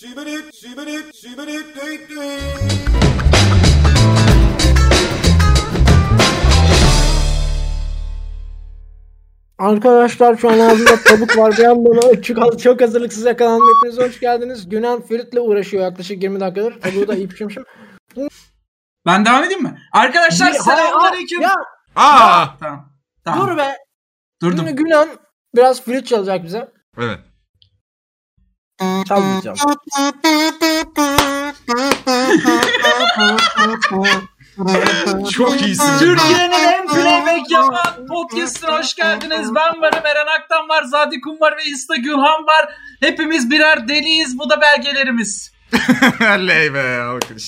Sübülüp, sübülüp, sübülüp, düt düt. Arkadaşlar şu an ağzımda tavuk var. Bir an bana açık al- çok hazırlıksız yakalandım. Hepinize hoş geldiniz. Günan Ferit'le uğraşıyor yaklaşık 20 dakikadır. Tavuğu da ipçimşim. Ben devam edeyim mi? Arkadaşlar selamünaleyküm. Ya Aa! Tamam. Tamam. dur be. Durdum. Şimdi Günan biraz flüt çalacak bize. Evet. Çalmayacağım. Çok iyisin. Türkiye'nin en playback yapan podcast'ına hoş geldiniz. Ben varım, Eren Aktan var, Zadi Kum var ve Insta Gülhan var. Hepimiz birer deliyiz. Bu da belgelerimiz. Oley be alkış.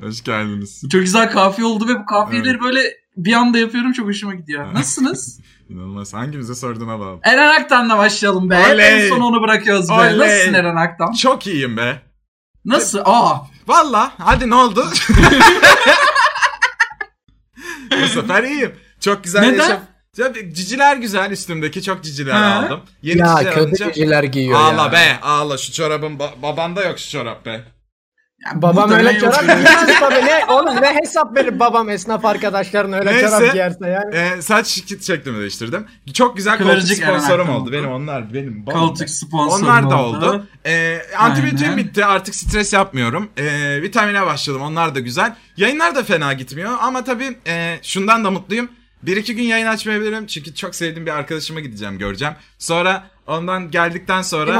Hoş geldiniz. Çok güzel kahve oldu ve bu kahveleri Evet. böyle bir anda yapıyorum. Çok hoşuma gidiyor. Nasılsınız? İnanılmaz. Hangimize sorduğuna bağlı. Eren Aktan'la başlayalım be. Hep Oley. en son onu bırakıyoruz be. Oley. Nasılsın Eren Aktan? Çok iyiyim be. Nasıl? Aa. Valla hadi ne oldu? Bu sefer iyiyim. Çok güzel Neden? yaşam. Ya, Ciciler güzel üstümdeki çok ciciler Ha. aldım. Yeni ciciler alınca- giyiyor Ağla be ağla şu çorabın ba- babanda yok şu çorap be. Ya Babam burada ne öyle yok çorap ya? giymez tabii. Ne, oğlum ne hesap verir babam esnaf arkadaşlarına öyle Neyse. çorap giyerse yani. Ee, saç şeklimi değiştirdim. Çok güzel koltuk Kıvırcık sponsorum Erhan oldu. Benim onlar benim. babam. Koltuk sponsoru Onlar da oldu. Ee, antibiyotiğim Aynen. bitti. Artık stres yapmıyorum. Ee, vitamine başladım. Onlar da güzel. Yayınlar da fena gitmiyor. Ama tabii e, şundan da mutluyum. Bir iki gün yayın açmayabilirim. Çünkü çok sevdiğim bir arkadaşıma gideceğim. Göreceğim. Sonra ondan geldikten sonra Kim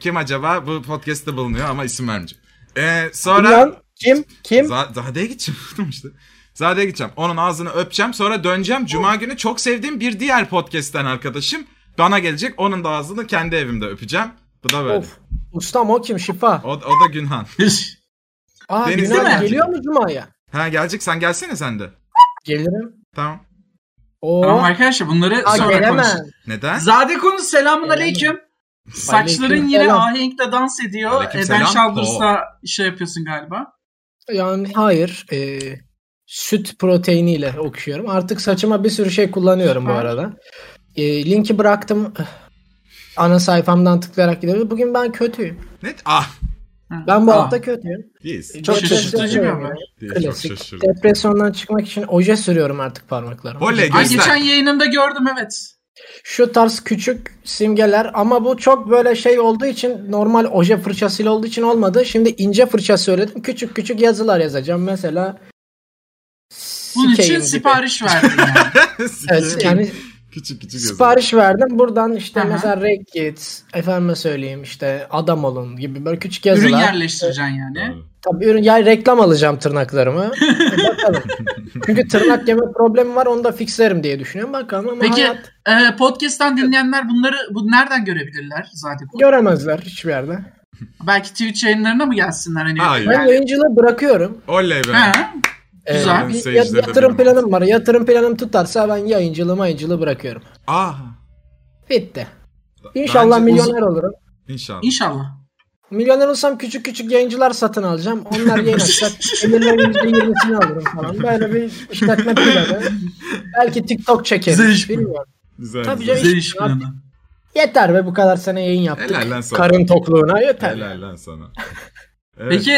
kim acaba, acaba? bu podcast'te bulunuyor ama isim vermeyeceğim. Ee, sonra Günan kim? Kim? Za- Zade'ye gideceğim. Tamam işte. Zade'ye gideceğim. Onun ağzını öpeceğim. Sonra döneceğim. Cuma günü çok sevdiğim bir diğer podcast'ten arkadaşım bana gelecek. Onun da ağzını kendi evimde öpeceğim. Bu da böyle. Of. Ustam o kim? Şifa. O, o da Günhan. Aa Deniz'e Günan mi? geliyor mu Cuma'ya? Ha gelecek sen gelsene sen de. Gelirim. Tamam. Oo. Tamam arkadaşlar bunları Aa, sonra konuşuruz. gelemem. Neden? Zadekun selamun aleyküm. Saçların yine Aleykümselam. ahenkle dans ediyor. Aleykümselam. Eden Şaldırs'la şey yapıyorsun galiba. Yani hayır. E, süt proteiniyle okşuyorum. Artık saçıma bir sürü şey kullanıyorum bu Süper. arada. E, linki bıraktım. Ana sayfamdan tıklayarak gidebiliriz. Bugün ben kötüyüm. Ne? Ah. Ben bu Ah. hafta kötüyüm. Değiliz. Çok şaşırtıcı depresyon bir oluyorum. haber. Değiliz. Çok Klasik. şaşırdım. Depresyondan çıkmak için oje sürüyorum artık parmaklarıma. Oley Ay, geçen göster. yayınımda gördüm evet. Şu tarz küçük simgeler ama bu çok böyle şey olduğu için normal oje fırçasıyla olduğu için olmadı. Şimdi ince fırça söyledim. Küçük küçük yazılar yazacağım. Mesela Bunun sikeyim için gibi. sipariş verdim. Yani. Evet, yani, yani küçük küçük yazılı. Sipariş verdim. Buradan işte Aha. mesela Reddit, efendime söyleyeyim işte adam olun gibi böyle küçük yazılar. Ürün yerleştireceksin yani. Doğru. Tabii ürün yani reklam alacağım tırnaklarımı. E, bakalım. Çünkü tırnak yeme problemi var onu da fixlerim diye düşünüyorum. Bakalım ama Peki hayat e, podcast'ten dinleyenler bunları bu nereden görebilirler Zadekun? göremezler hiçbir yerde. Belki Twitch yayınlarına mı gelsinler hani? Hayır. Ben Yani- yayıncılığı bırakıyorum. Oley be. Ha? E, Güzel. bir- ya- Seyirciler de yatırım bilmiyor. planım var. Yatırım planım tutarsa ben yayıncılığı mayıncılığı bırakıyorum. Ah. Bitti. İnşallah Bence milyoner olurum. İnşallah. İnşallah. Milyoner olsam küçük küçük yayıncılar satın alacağım. Onlar yayın açacak. Gelirlerin %20'sini alırım falan. Böyle bir işletme planı. Belki TikTok Güzel çekeriz. iş bu. Bilmiyorum. Güzel. Tabii güzel. canım. Bize iş planı. Yeter be bu kadar sene yayın yaptık. Helal lan sana. Karın tokluğuna yeter. Helal lan sana. Evet. Peki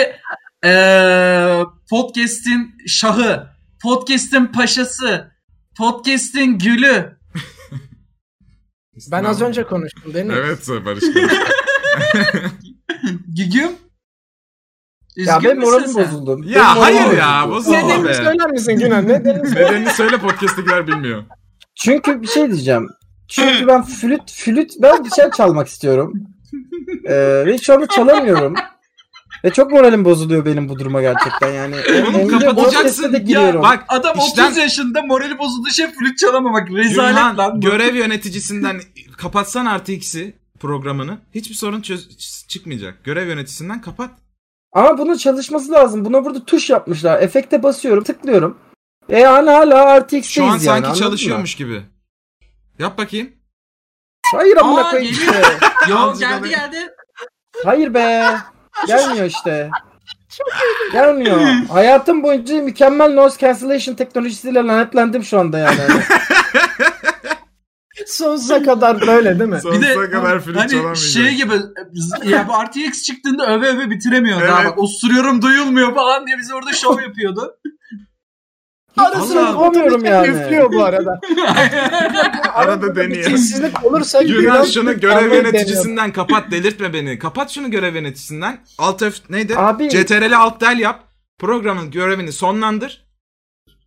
eee, podcast'in şahı, podcast'in paşası, podcast'in gülü. Ben az Tamam. önce konuştum değil mi? Evet Barış. Bey. Gügüm. Üzgün Ya benim müsün moralim sen? bozuldu. Benim ya hayır moralim ya bozuldu. bozulma Nedenini be. söyler misin Günan? Nedenini söyle. Nedenini söyle podcast'tekiler bilmiyor. Çünkü bir şey diyeceğim. Çünkü ben flüt flüt ben bir şey çalmak istiyorum. Ee, ve şu anda çalamıyorum. Ve çok moralim bozuluyor benim bu duruma gerçekten yani. Oğlum Hem de kapatacaksın. podcast'e de Ya giriyorum. bak Adam İşten- 30 yaşında morali bozuldu şey flüt çalamamak. Rezalet Gülhan lan. bu. görev yöneticisinden kapatsan artı ikisi programını hiçbir sorun çöz- çıkmayacak. Görev yöneticisinden kapat. Ama bunun çalışması lazım. Buna burada tuş yapmışlar. Efekte basıyorum, tıklıyorum. E yani hala RTX'teyiz Şu an yani. sanki anladın mı? çalışıyormuş gibi. Yap bakayım. Hayır Aa, amına koyayım. geliyor. işte. Yo Azıcık geldi ama- geldi. Hayır be. Gelmiyor işte. Gelmiyor. Hayatım boyunca mükemmel noise cancellation teknolojisiyle lanetlendim şu anda yani. Sonsuza kadar böyle değil mi? Sonsuza kadar flüt hani çalamayacak. şey gibi ya bu RTX çıktığında öve öve bitiremiyor daha Evet. bak osuruyorum duyulmuyor falan diye bize orada şov yapıyordu. Arasını Allah'ım. bulamıyorum yani. Üflüyor Üflüyor bu arada. Arada deniyor. Çizsizlik olursa Yunan biraz şunu görev anlayıp deniyor. yöneticisinden kapat delirtme beni. Kapat şunu görev yöneticisinden. Alt F neydi? Abi- CTRL alt del yap. Programın görevini sonlandır.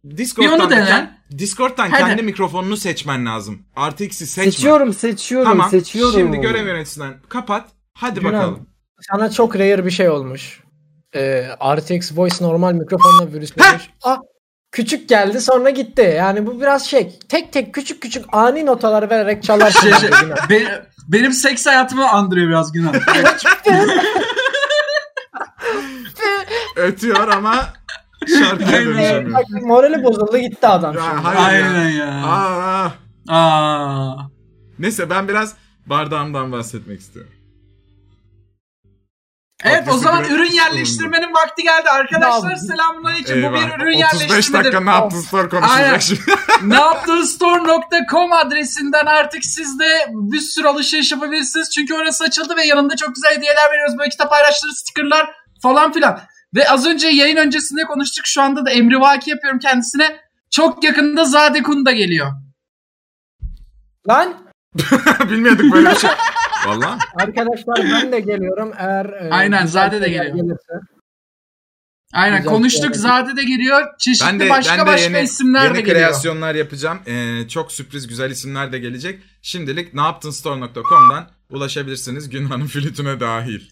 Bir Discord'dan onu da dene. kend- Discord'dan Hadi. kendi mikrofonunu seçmen lazım. RTX'i seçme. Seçiyorum seçiyorum Tamam. seçiyorum. Şimdi görev yöneticisinden kapat. Hadi Yunan. bakalım. Sana çok rare bir şey olmuş. Ee, RTX Voice normal mikrofonla virüslenmiş. Ah, küçük geldi sonra gitti. Yani bu biraz şey. Tek tek küçük küçük ani notalar vererek çalarsın. Şey- şey- bence Yunan. Be- benim seks hayatımı andırıyor biraz Günan. Ötüyor ama şarkıya Aynen. dönüşemiyor. Bak, morali bozuldu gitti adam Ya, şimdi. hayır ya. Aynen ya. Aa, aa. Aa. Neyse ben biraz bardağımdan bahsetmek istiyorum. Evet o Haklısın, zaman direkt ürün sorun yok. yerleştirmenin vakti geldi arkadaşlar. Bravo. Selamünaleyküm. Bu bir Eyvah. ürün 35 yerleştirmedir. dakika ne yaptın sonra Aynen. konuşacak şimdi. ne yaptığın store.com adresinden artık siz de bir sürü alışveriş yapabilirsiniz. Çünkü orası açıldı ve yanında çok güzel hediyeler veriyoruz. Böyle kitap paylaşları, stickerlar falan filan. Ve az önce yayın öncesinde konuştuk. Şu anda da emri vaki yapıyorum kendisine. Çok yakında Zade Kun da geliyor. Lan Bilmiyorduk böyle bir şey. Valla. arkadaşlar ben de geliyorum. Eğer e, Aynen, güzel Zade de şeyler geliyor. gelirse. Aynen Güzel konuştuk. bir Zade de geliyor. Çeşitli Ben de, başka ben de başka yeni, isimler yeni de geliyor. kreasyonlar yapacağım. Ee, çok sürpriz güzel isimler de gelecek. Şimdilik neyaptınstore.com'dan ulaşabilirsiniz Günhan'ın flütüne dahil. Değil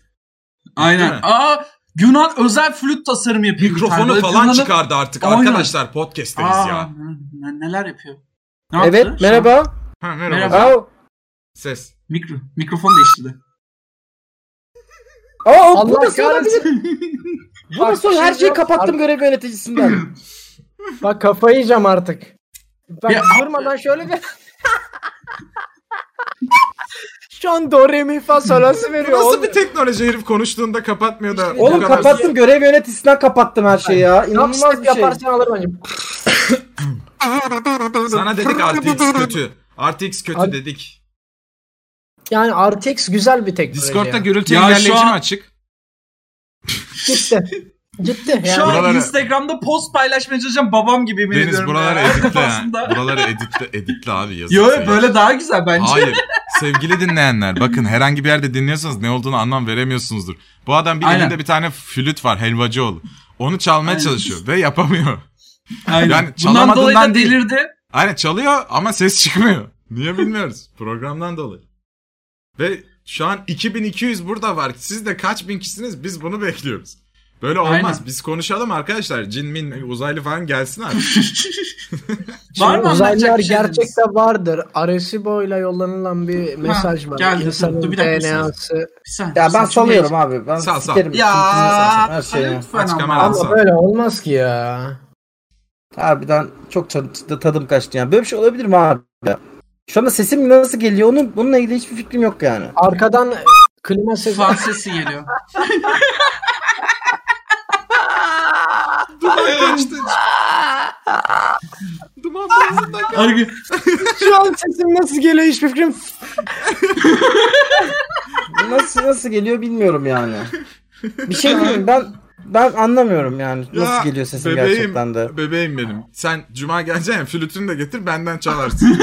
Aynen. mi? Aa Yunan özel flüt tasarımı yapıyor. bir tane. Mikrofonu Böyle falan kullanıp- çıkardı artık Aynen. arkadaşlar podcast'teyiz Aa, ya. ne- neler yapıyor? Ne yaptı? Evet Şu an merhaba. Ha, merhaba. Merhaba. Aa, Ses. Mikro, mikrofon değiştirdi. aa bu Allah nasıl olabilir? kahretsin. Bu nasıl Bak, olabilir? Her şey şeyi yok. kapattım görev yöneticisinden. Bak kafayı yiyeceğim artık. Bak Ya- durmadan şöyle bir... Şu an do re mi fa sol la si Bu veriyor. nasıl bir teknoloji herif konuştuğunda kapatmıyor da. bu Oğlum kadar- kapattım görev yöneticisinden kapattım her şeyi ya. İnanılmaz Dubstep bir şey. yaparsan alır bence. Sana dedik RTX kötü. RTX kötü Abi- dedik. Yani RTX güzel bir teknoloji. Discord'da ya. gürültü Ya şu engelleyici an- mi açık? Gitti. Gitti. Şu an Yani. Buraları- Instagram'da post paylaşmaya çalışacağım babam gibi yemin Deniz ediyorum buraları ya. editle. Kafasında. yani. Buraları editle, editle abi yazık. Yo ya. böyle daha güzel bence. Hayır. Sevgili dinleyenler bakın herhangi bir yerde dinliyorsanız ne olduğunu anlam veremiyorsunuzdur. Bu adam bir Aynen. elinde bir tane flüt var helvacıoğlu. Onu çalmaya Aynen. çalışıyor ve yapamıyor. Aynen. Yani Bundan dolayı da çalamadığından değil. delirdi. Aynen çalıyor ama ses çıkmıyor. Niye bilmiyoruz. Programdan dolayı. Ve şu an 2200 burada var. Siz de kaç bin kişisiniz biz bunu bekliyoruz. Böyle olmaz. Aynen. Biz konuşalım arkadaşlar. Cin min uzaylı falan gelsin Var artık. mı Şimdi anlatacak uzaylılar bir şeyiniz? gerçekte vardır. Arecibo ile yollanılan bir mesaj var. geldi, İnsanın dur, bir dakika, DNA'sı. Bir saniye, Ya bir ben saniye. salıyorum abi. Ben Sal, sal. sikerim. Ya Her şeyi. lütfen şey Aç ama. kamerayı. Abi, Sağ Ama ol. böyle olmaz ki ya. Harbiden çok tadı- tadım kaçtı yani. Böyle bir şey olabilir mi abi? ya? Şu anda sesim nasıl geliyor onun bununla ilgili hiçbir fikrim yok yani. Arkadan klima sesi. Fan sesi geliyor. Kaçtı. Duman boğazından kaçtı. Argı- Şu an sesim nasıl geliyor hiçbir fikrim. Nasıl nasıl geliyor bilmiyorum yani. Bir şey diyeyim ben ben anlamıyorum yani Ya, nasıl geliyor sesim bebeğim, gerçekten de. Bebeğim benim. Sen cuma geleceksin flütünü de getir benden çalarsın.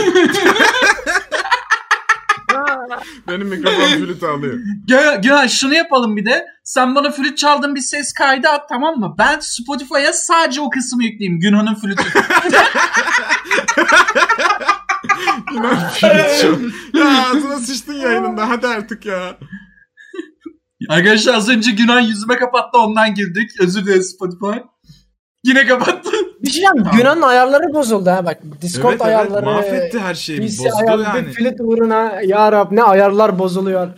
benim mikrofon flütü alıyor. Gö Gö- şunu yapalım bir de. Sen bana flüt çaldın bir ses kaydı at tamam mı? Ben Spotify'a sadece o kısmı yükleyeyim. Günhan'ın flütü. İnan flüt şu. Ya ağzına sıçtın yayınında hadi artık ya. Arkadaşlar az önce Günhan yüzüme kapattı ondan girdik. Özür dileriz Spotify. Yine kapattı. Bir şey diyeceğim. Yunan'ın ayarları bozuldu ha bak. Discord evet evet ayarları. mahvetti her şeyi. PC Bozdu ayarları. yani. Flüt uğruna. Ya Rab ne ayarlar bozuluyor.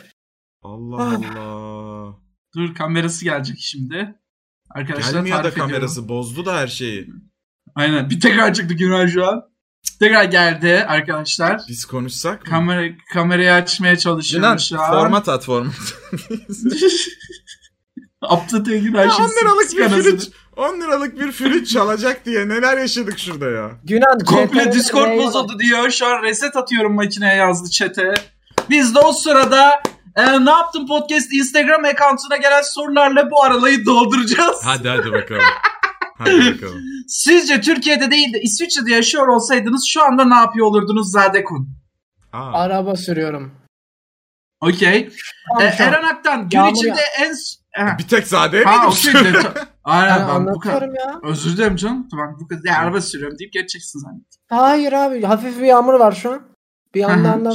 Allah Allah. Dur kamerası gelecek şimdi. Arkadaşlar Gelmiyor da tarif ediyorum. kamerası bozdu da her şeyi. Aynen. Bir tekrar çıktı Günhan şu an. Tekrar geldi arkadaşlar. Biz konuşsak mı? Kamera, kamerayı açmaya çalışıyorum Sinan, şu an. format at format. Aptlat'a gün 10 liralık bir sikanasını. flüt. 10 liralık bir flüt çalacak diye neler yaşadık şurada ya. Günan Komple CTRL Discord R'ye- bozuldu diyor. Şu an reset atıyorum makineye yazdı çete. Biz de o sırada e, ne yaptın podcast Instagram account'una gelen sorularla bu aralayı dolduracağız. Hadi hadi bakalım. Hadi bakalım. Sizce Türkiye'de değil de İsviçre'de yaşıyor olsaydınız şu anda ne yapıyor olurdunuz Zadekun? Aa. Araba sürüyorum. Okey. E, Tamam, tamam. Eren Aktan gün Yağmur içinde ya- en... s- Ha, Bir tek Zade'ye mi ha okey. gitmiştim? de- Aynen Ben ben bu kadar. anlatıyorum ya. Özür dilerim canım. Tamam bu kadar. Ya, araba sürüyorum deyip geçeceksin zannettim. Hayır abi hafif bir yağmur var şu an. Bir yandan da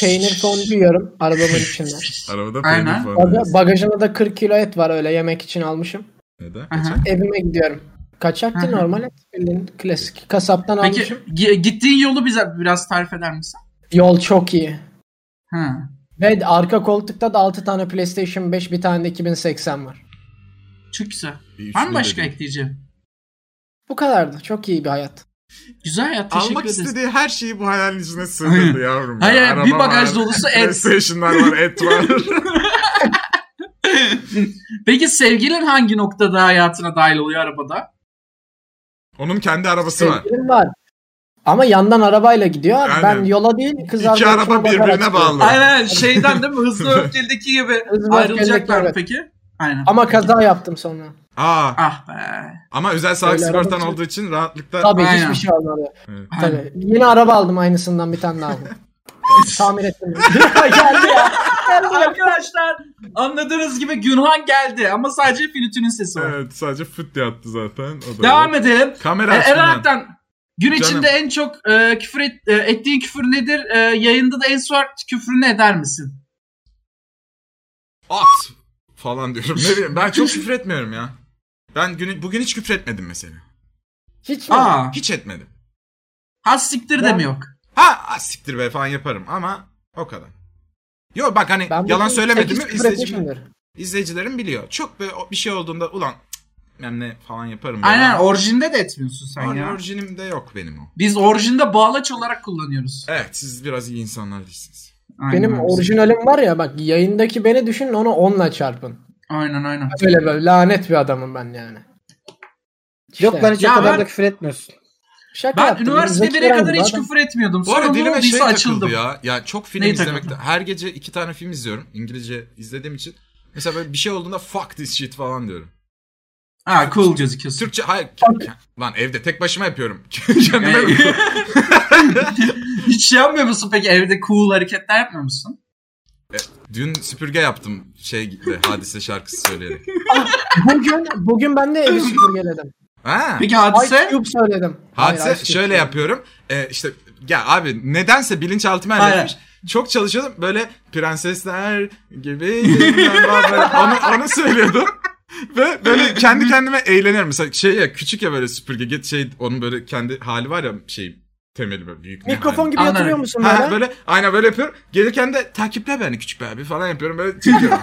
peynir fondü yiyorum arabamın içinde. Arabada Aynen. peynir falan. Baga- bagajımda da 40 kilo et var öyle yemek için almışım. Neden? Aha. Kaçak? Evime gidiyorum. Kaçak değil Hı hı. normal et. Bildiğin Klasik. Kasaptan Peki almışım. gi- gittiğin yolu bize biraz tarif eder misin? Yol çok iyi. Ha. Ve arka koltukta da 6 tane PlayStation 5 bir tane de 2080 var. Çok güzel. İyi, Var mı üçlü başka dedim. ekleyeceğim? Bu kadardı. Çok iyi bir hayat. Güzel ya teşekkür Almak ederiz. istediği her şeyi bu hayalin içine sığdırdı yavrum. ya. Hayır, hayır, Araba bir bagaj var, dolusu et. PlayStation'lar var, et var. Peki sevgilin hangi noktada hayatına dahil oluyor arabada? Onun kendi arabası Şey- var. Sevgilim var. Ama yandan arabayla gidiyor. Aynen. Ben yola değil kız İki arkadaşıma araba bakarak birbirine gidiyorum. bağlı. Evet. Aynen şeyden değil mi? Hızlı öfkeldeki gibi Hızlı ayrılacaklar mı Öfkeli'deki peki? Aynen. Ama kaza yaptım sonra. Aa, Ah be. ama özel sağlık Öyle sigortan şey- arabası- olduğu için rahatlıkla... Tabii Aynen. hiçbir şey olmadı. Evet. Tabii. Yeni araba aldım aynısından bir tane daha aldım. Tamir ettim. Geldi ya. Arkadaşlar anladığınız gibi Günhan geldi ama sadece flütünün sesi var. Evet, sadece fıt diye attı zaten. O da Devam var. edelim. E, Kamera Eren açısından. Aktan gün Canım. içinde en çok e, küfür et- e, ettiğin küfür nedir? E, yayında da en son küfrünü eder misin? At! Falan diyorum. Ne bileyim, ben çok küfür etmiyorum ya. Ben günü, bugün hiç küfür etmedim mesela. Hiç mi? Aa, Hiç etmedim. ha siktir de Ben- mi yok? Ha ah, siktir be falan yaparım ama o kadar. Yo bak hani Ben yalan bugün söylemedim mi sekiz küfür izleyicim, etmişimdir. biliyor. Çok böyle o- bir şey olduğunda ulan cık, bilmem ne falan yaparım. ben Aynen ama orijinde de etmiyorsun sen or- ya. orijinimde yok benim o. Biz orijinde bağlaç olarak kullanıyoruz. Evet siz biraz iyi insanlar değilsiniz. Aynen Benim öyle. orijinalim var ya bak yayındaki beni düşünün onu onunla çarpın. Aynen aynen. Böyle böyle lanet bir adamım ben yani. İşte, Yok lan hiç Ya o kadar ben- da küfür etmiyorsun. şaka Ben yaptım. üniversite Zeki 1'e kadar Ören hiç bu adam. küfür etmiyordum. Bu arada Sonra ne dilime şey olduysa takıldı açıldım. ya. Ya çok film Neyi izlemekte. takıldı? Her gece iki tane film izliyorum. İngilizce izlediğim için. Mesela böyle bir şey olduğunda fuck this shit falan diyorum. Ha cool gözüküyorsun. Türkçe hayır. ke- ke- Lan evde tek başıma yapıyorum. Kendime Ey. yapıyorum. Hiç şey yapmıyor musun peki evde cool hareketler yapmıyor musun? Dün süpürge yaptım şey gitti hadise şarkısı söyleyerek. Bugün, bugün ben de evi süpürgeledim. Ha. Peki Ice hadise? Cube söyledim. Hayır, şey- Hadise Ice Cube şöyle söyledim. yapıyorum. Ee, işte ya abi nedense bilinçaltıma Aynen. erişmiş. Çok çalışıyordum. Böyle prensesler gibi. onu, onu söylüyordum. Ve böyle kendi kendime eğleniyorum. Mesela şey ya küçük ya böyle süpürge git şey onun böyle kendi hali var ya şey temeli böyle büyük. ne Mikrofon hali. gibi Anladım. yatırıyor musun Ha, böyle? böyle aynen böyle yapıyorum. Gelirken de takiple beni küçük be abi falan yapıyorum. Böyle çekiyorum.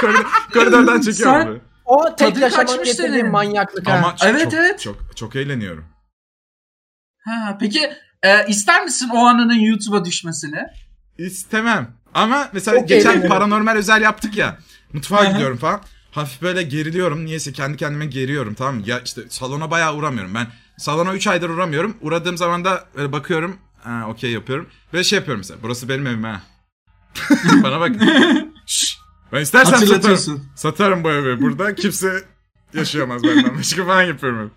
Koridor- koridordan çekiyorum. Sen- böyle. O tek Tadın yaşamak kaçmış getirdiği senin. manyaklık ha. Ama çok, Evet, çok, evet. çok çok eğleniyorum. Ha, peki e, ister misin o anının YouTube'a düşmesini? İstemem. Ama mesela Çok geçen eğlenirim. paranormal özel yaptık ya. Mutfağa Aha. gidiyorum falan. Hafif böyle geriliyorum. Niyeyse kendi kendime geriyorum tamam mı? Ya işte salona bayağı uğramıyorum. Ben salona 3 aydır uğramıyorum. Uğradığım zaman da böyle bakıyorum. Ha okey yapıyorum. Ve şey yapıyorum mesela. Burası benim evim ha. Bana bak. Şşş. ben istersen satarım. Hatırlatıyorsun. Satarım bu evi. Burada kimse yaşayamaz benden. Başka falan yapıyorum.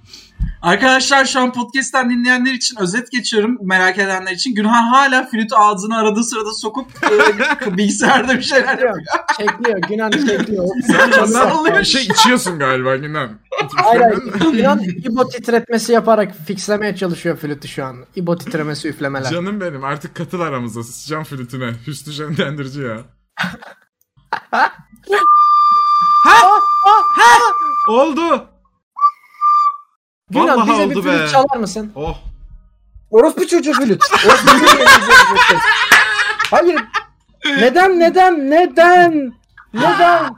Arkadaşlar şu an podcast'ten dinleyenler için özet geçiyorum merak edenler için. Günhan hala flütü ağzını aradığı sırada sokup e, bilgisayarda bir şeyler yapıyor. Çekliyor, çekliyor. Günan çekliyor. Bir şey içiyorsun galiba gündem. Hayır hayır. Günan İbo titretmesi yaparak fixlemeye çalışıyor flütü şu an. İbo titremesi üflemeler. Canım benim artık katıl aramıza sıçacağım flütüne. Hüsnü Jendendirici ya. Ah, ah, Oldu. Günan Vallahi bize bir oldu flüt be. çalar mısın? Oh. Orospu çocuğu flüt. Orospu çocuğu flüt. Hayır. Neden neden neden? Neden?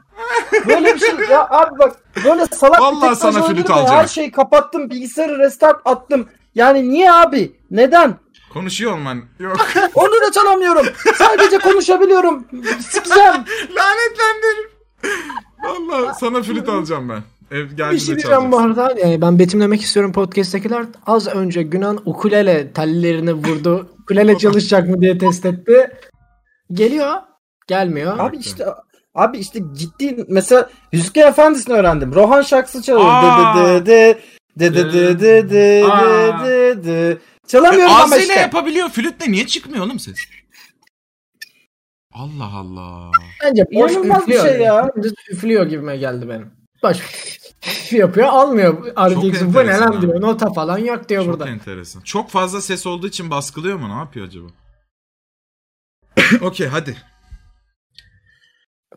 Böyle bir şey ya abi bak böyle salak Vallahi bir teknoloji sana olabilir flüt mi? alacağım. Her şeyi kapattım bilgisayarı restart attım. Yani niye abi? Neden? Konuşuyor olman. Yok. Onu da çalamıyorum. Sadece konuşabiliyorum. Sikeceğim. Lanetlendir. Allah. sana, sana flüt alacağım ben. Ev Bir geldiğinde şey diyeceğim bu çalacaksın. arada. Yani ben betimlemek istiyorum podcast'tekiler. Az önce Günan ukulele tellerini vurdu. ukulele çalışacak mı diye test etti. Geliyor. Gelmiyor. Abi işte abi işte gittiğin mesela Yüzükler Efendisi'ni öğrendim. Rohan şarkısı çalıyorum. De de de de de de de de de Aa. de de. Çalamıyorum ama Ağzıyla işte. yapabiliyor. Flütle niye çıkmıyor oğlum ses? Allah Allah. Bence boş İnanılmaz bir üflüyor. şey ya. Dümdüz üflüyor gibime geldi benim. Boş yapıyor almıyor. RTX'i bu ne enteresan lan ha. diyor. Nota falan yok diyor Çok burada. enteresan. Çok fazla ses olduğu için baskılıyor mu? Ne yapıyor acaba? Okey hadi.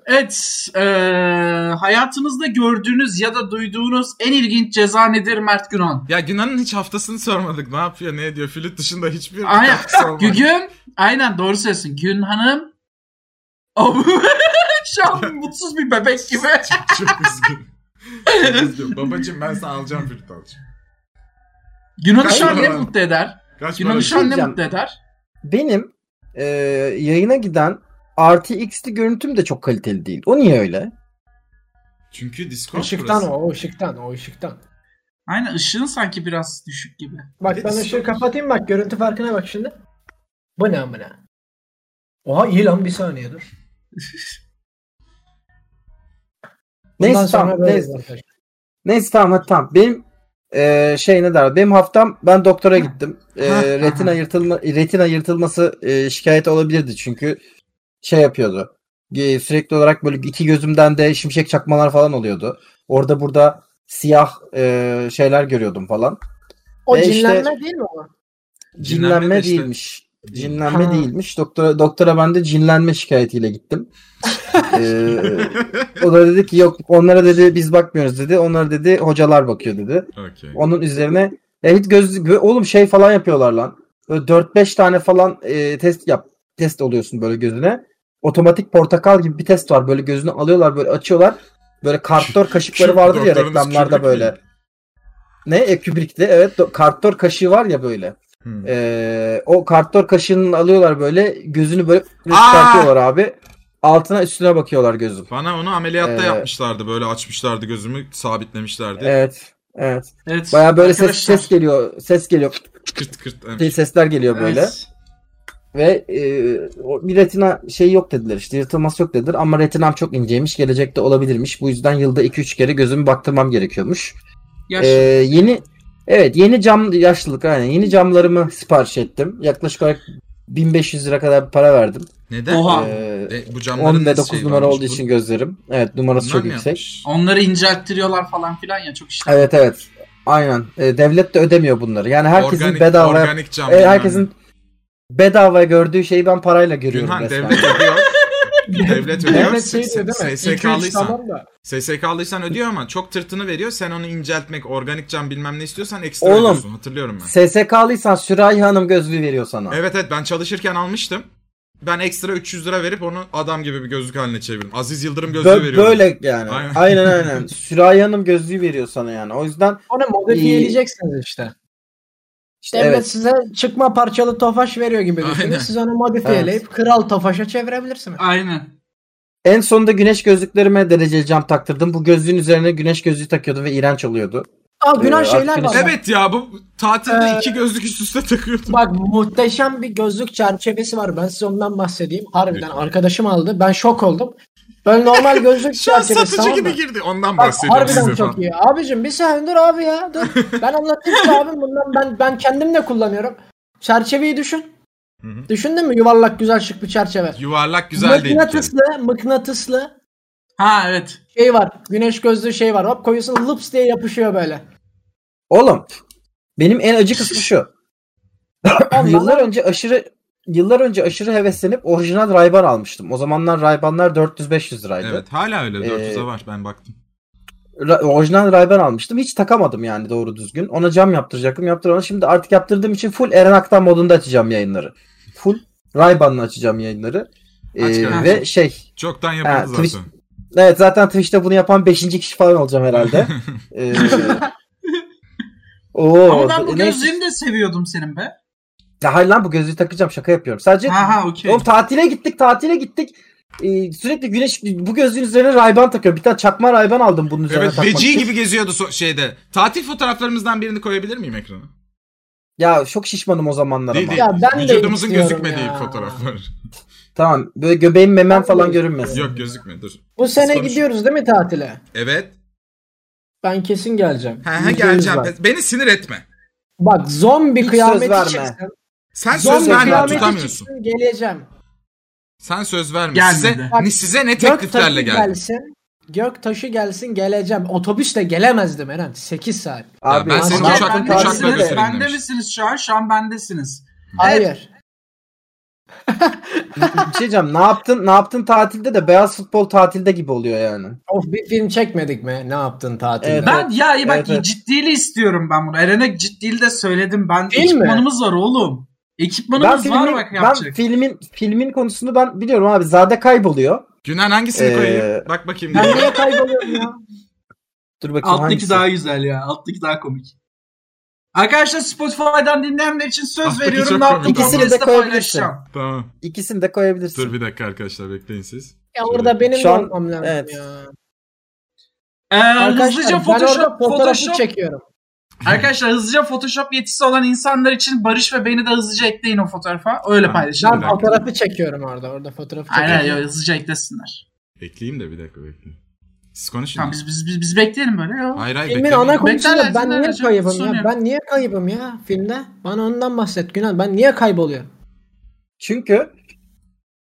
Evet. eee, hayatınızda gördüğünüz ya da duyduğunuz en ilginç ceza nedir Mert Günan? Ya Günan'ın hiç haftasını sormadık. Ne yapıyor, ne ediyor? Flüt dışında hiçbir Aynen. katkısı olmadı. Gügüm. Aynen doğru söylüyorsun. Gün Hanım. Şu an mutsuz bir bebek gibi. çok, çok üzgün. Çok üzgün. Babacım ben sana alacağım flüt alacağım. Günhan'ı şu an ne Aynen. mutlu eder? Kaç Günhan'ı para? şu an ne Diyeceğim. mutlu eder? Benim e, yayına giden RTX'li görüntüm de çok kaliteli değil. O niye öyle? Çünkü Discord Işıktan burası. o, o ışıktan, o ışıktan. Aynen ışığın sanki biraz düşük gibi. Bak ben ışığı kapatayım bak görüntü farkına bak şimdi. Bu ne amına? Oha iyi lan bir saniye dur. Bundan Neyse sonra tamam. böyle Neyse, zaten. neyse tamam hadi tamam. Benim e, şey ne derler? Benim haftam ben doktora gittim. E, Ha, ha, retina yırtılma retina yırtılması e, şikayet olabilirdi çünkü şey yapıyordu. E, sürekli olarak böyle iki gözümden de şimşek çakmalar falan oluyordu. Orada burada siyah e, şeyler görüyordum falan. O Ve işte- cinlenme değil mi o? Cinlenme, Cinlenme de işte- değilmiş. Cinlenme Ha. değilmiş. Doktora doktora ben de cinlenme şikayetiyle gittim. Ee, o da dedi ki yok onlara dedi biz bakmıyoruz dedi. Onlara dedi hocalar bakıyor dedi. Okey. Onun üzerine ya hiç göz ve oğlum şey falan yapıyorlar lan. Böyle 4-5 tane falan e, test yap. Test oluyorsun böyle gözüne. Otomatik portakal gibi bir test var. Böyle gözünü alıyorlar böyle açıyorlar. Böyle kartlar kaşıkları Küp, vardır ya doktorunuz reklamlarda Kubrick böyle. miydi? Ne? E, Kubrick'te evet do- kartlar kaşığı var ya böyle. Hmm. Ee, o kartlar kaşığını alıyorlar böyle gözünü böyle Aa! çıkartıyorlar abi. Altına üstüne bakıyorlar gözüm. Bana onu ameliyatta Ee, e, yapmışlardı. Böyle açmışlardı gözümü sabitlemişlerdi. Evet. Evet. Evet. Baya böyle ses arkadaşlar. ses geliyor. Ses geliyor. Kırt kırt. Şey, sesler geliyor böyle. Evet. Ve e, o bir retina şeyi yok dediler işte yırtılması yok dediler ama retinam çok inceymiş gelecekte olabilirmiş. Bu yüzden yılda 2-3 kere gözümü baktırmam gerekiyormuş. Yaş- Ee, yeni evet yeni cam yaşlılık aynen yeni camlarımı sipariş ettim. Yaklaşık olarak 1500 lira kadar bir para verdim. Neden? Oha. Ee, E, bu camların 10 ve nasıl 9 şeyi numara varmış olduğu bu? için gözlerim. Evet numarası Bunlar çok mı yüksek. yapmış? Onları incelttiriyorlar falan filan ya çok işte. Evet evet. Aynen. Ee, devlet de ödemiyor bunları. Yani herkesin organik, bedava organik cam. e, bilmem herkesin bedava gördüğü şeyi ben parayla ne. görüyorum Günhan resmen. devlet ödüyor. devlet ödüyor. Devlet şey diyor değil mi? İki, üç SSK'lıysan. tamam da. SSK'lıysan ödüyor ama çok tırtını veriyor. Sen onu inceltmek, organik cam bilmem ne istiyorsan ekstra Oğlum. ödüyorsun. Hatırlıyorum ben. SSK'lıysan Sürahi Hanım gözlüğü veriyor sana. Evet evet ben çalışırken almıştım. Ben ekstra 300 lira verip onu adam gibi bir gözlük haline çevirdim. Aziz Yıldırım gözlüğü Bö- veriyorum. böyle yani. Aynen. Aynen aynen. Sürahi Hanım gözlüğü veriyor sana yani. O yüzden Onu modifiyeleyeceksiniz işte. işte Devlet evet. size çıkma parçalı tofaş veriyor gibi düşünün. Aynen. Siz onu modifiyeleyip kral tofaşa çevirebilirsiniz. Aynen. En sonunda güneş gözlüklerime dereceli cam taktırdım. Bu gözlüğün üzerine güneş gözlüğü takıyordu ve iğrenç oluyordu. Aa günah Ee, şeyler var. arkadaş- bak. Evet ya bu tatilde Ee, iki gözlük üst üste takıyordum. Bak muhteşem bir gözlük çerçevesi var. Ben size ondan bahsedeyim. Harbiden Lütfen. arkadaşım aldı. Ben şok oldum. Böyle normal gözlük Şu an çerçevesi satıcı tamam gibi mı? girdi. Ondan Bak bahsediyorum harbiden size çok falan. iyi. Abicim bir saniye dur abi ya. Dur. Ben anlattım ki abim bundan ben ben kendim de kullanıyorum. Çerçeveyi düşün. Hı hı. Düşündün mü yuvarlak güzel şık bir çerçeve. Yuvarlak güzel değil. bir kere. mıknatıslı, mıknatıslı Ha evet. şey var. Güneş gözlü şey var. Hop koyuyorsun lıps diye yapışıyor böyle. Oğlum benim en acı kısmı şu. Ondan- yıllar önce aşırı yıllar önce aşırı heveslenip orijinal Ray-Ban almıştım. O zamanlar Ray-Ban'lar 400-500 liraydı. Evet hala öyle Ee, 400'e var ben baktım. Ra- orijinal Ray-Ban almıştım. Hiç takamadım yani doğru düzgün. Ona cam yaptıracaktım. Yaptıramadım. Şimdi artık yaptırdığım için full Eren Aktan modunda açacağım yayınları. Full Ray-Ban'la açacağım yayınları. Ee, Aç kardeşim. ve şey Çoktan yapıldı Ha, Twitch- zaten. evet zaten Twitch'te bunu yapan 5. kişi falan olacağım herhalde. ee, Oo, Ama ben bu neyse. gözlüğünü de seviyordum senin be. Ya hayır lan bu gözlüğü takacağım şaka yapıyorum. Sadece Ha ha okey. Oğlum tatile gittik tatile gittik. e, sürekli güneş bu gözlüğün üzerine rayban takıyor. Bir tane çakma rayban aldım bunun üzerine Evet takmak veci için. gibi geziyordu so- şeyde. Tatil fotoğraflarımızdan birini koyabilir miyim ekrana? Ya çok şişmanım o zamanlar Değil ama. değil. Ya ben de Vücudumuzun istiyorum gözükmediği ya. fotoğraflar. Tamam. Böyle göbeğim memem Ben de falan görünmesin. Yok gözükmüyor dur. Bu sene konuşun. gidiyoruz değil mi tatile? Evet. Ben kesin geleceğim. Ha, ha %100 geleceğim. var. Beni sinir etme. Bak zombi Hiç söz verme. kıyameti çıksın. Sen söz Zombi verme kıyameti tutamıyorsun. çıksın geleceğim. Sen söz verme. Gelmedi. Size, Bak, ni- size ne Gök taşı tekliflerle geldi? gelsin. Gök taşı gelsin geleceğim. Otobüsle gelemezdim Eren. 8 saat. Abi, ben seni adam uçak- tatil uçakla de- misiniz? götüreyim Bende demiş. misiniz şu an? Şu an bendesiniz. Hayır. Bir şey diyeceğim. Ne yaptın? Ne yaptın tatilde de beyaz futbol tatilde gibi oluyor yani. Of bir film çekmedik mi? Ne yaptın tatilde? Evet. Ben ya iyi bak Evet, evet. ciddili istiyorum ben bunu. Eren'e ciddili de söyledim. Ben Değil mi? ekipmanımız var oğlum. Ben Ekipmanımız var filmin, bak ben yapacak. filmin filmin konusunu ben biliyorum abi. Zade kayboluyor. Günen hangisini Ee, koyayım? Bak bakayım. Ben niye kayboluyorum ya? Dur bakayım Alttaki hangisi? daha güzel ya. Alttaki daha komik. Arkadaşlar Spotify'dan dinleyenler için söz Alttaki veriyorum. çok Ne yaptım? komik. İkisini de Podcast'ta koyabilirsin. paylaşacağım. Tamam. İkisini de koyabilirsin. Dur bir dakika arkadaşlar bekleyin siz. Ya orada benim Şu Şu an- olmam lazım evet. ya. Ee, hızlıca Arkadaşlar ben orada Photoshop, fotoğrafı Photoshop çekiyorum. Arkadaşlar hızlıca Photoshop yetisi olan insanlar için Barış ve beni de hızlıca ekleyin o fotoğrafa. Öyle Tamam. Ben paylaşalım. dakika. fotoğrafı çekiyorum orada. Orada fotoğrafı çekiyorum. Aynen yo, hızlıca eklesinler. Bekleyeyim de bir dakika bekleyin. Siz konuşun. Tamam biz biz biz, biz bekleyelim böyle. Yo. Hayır hayır Filmin beklemeyin. ana konusunda Bekler, ben niye izler, kaybım sunuyor. ya? Ben niye kaybım ya filmde? Bana ondan bahset Günan. Ben niye kayboluyorum? Çünkü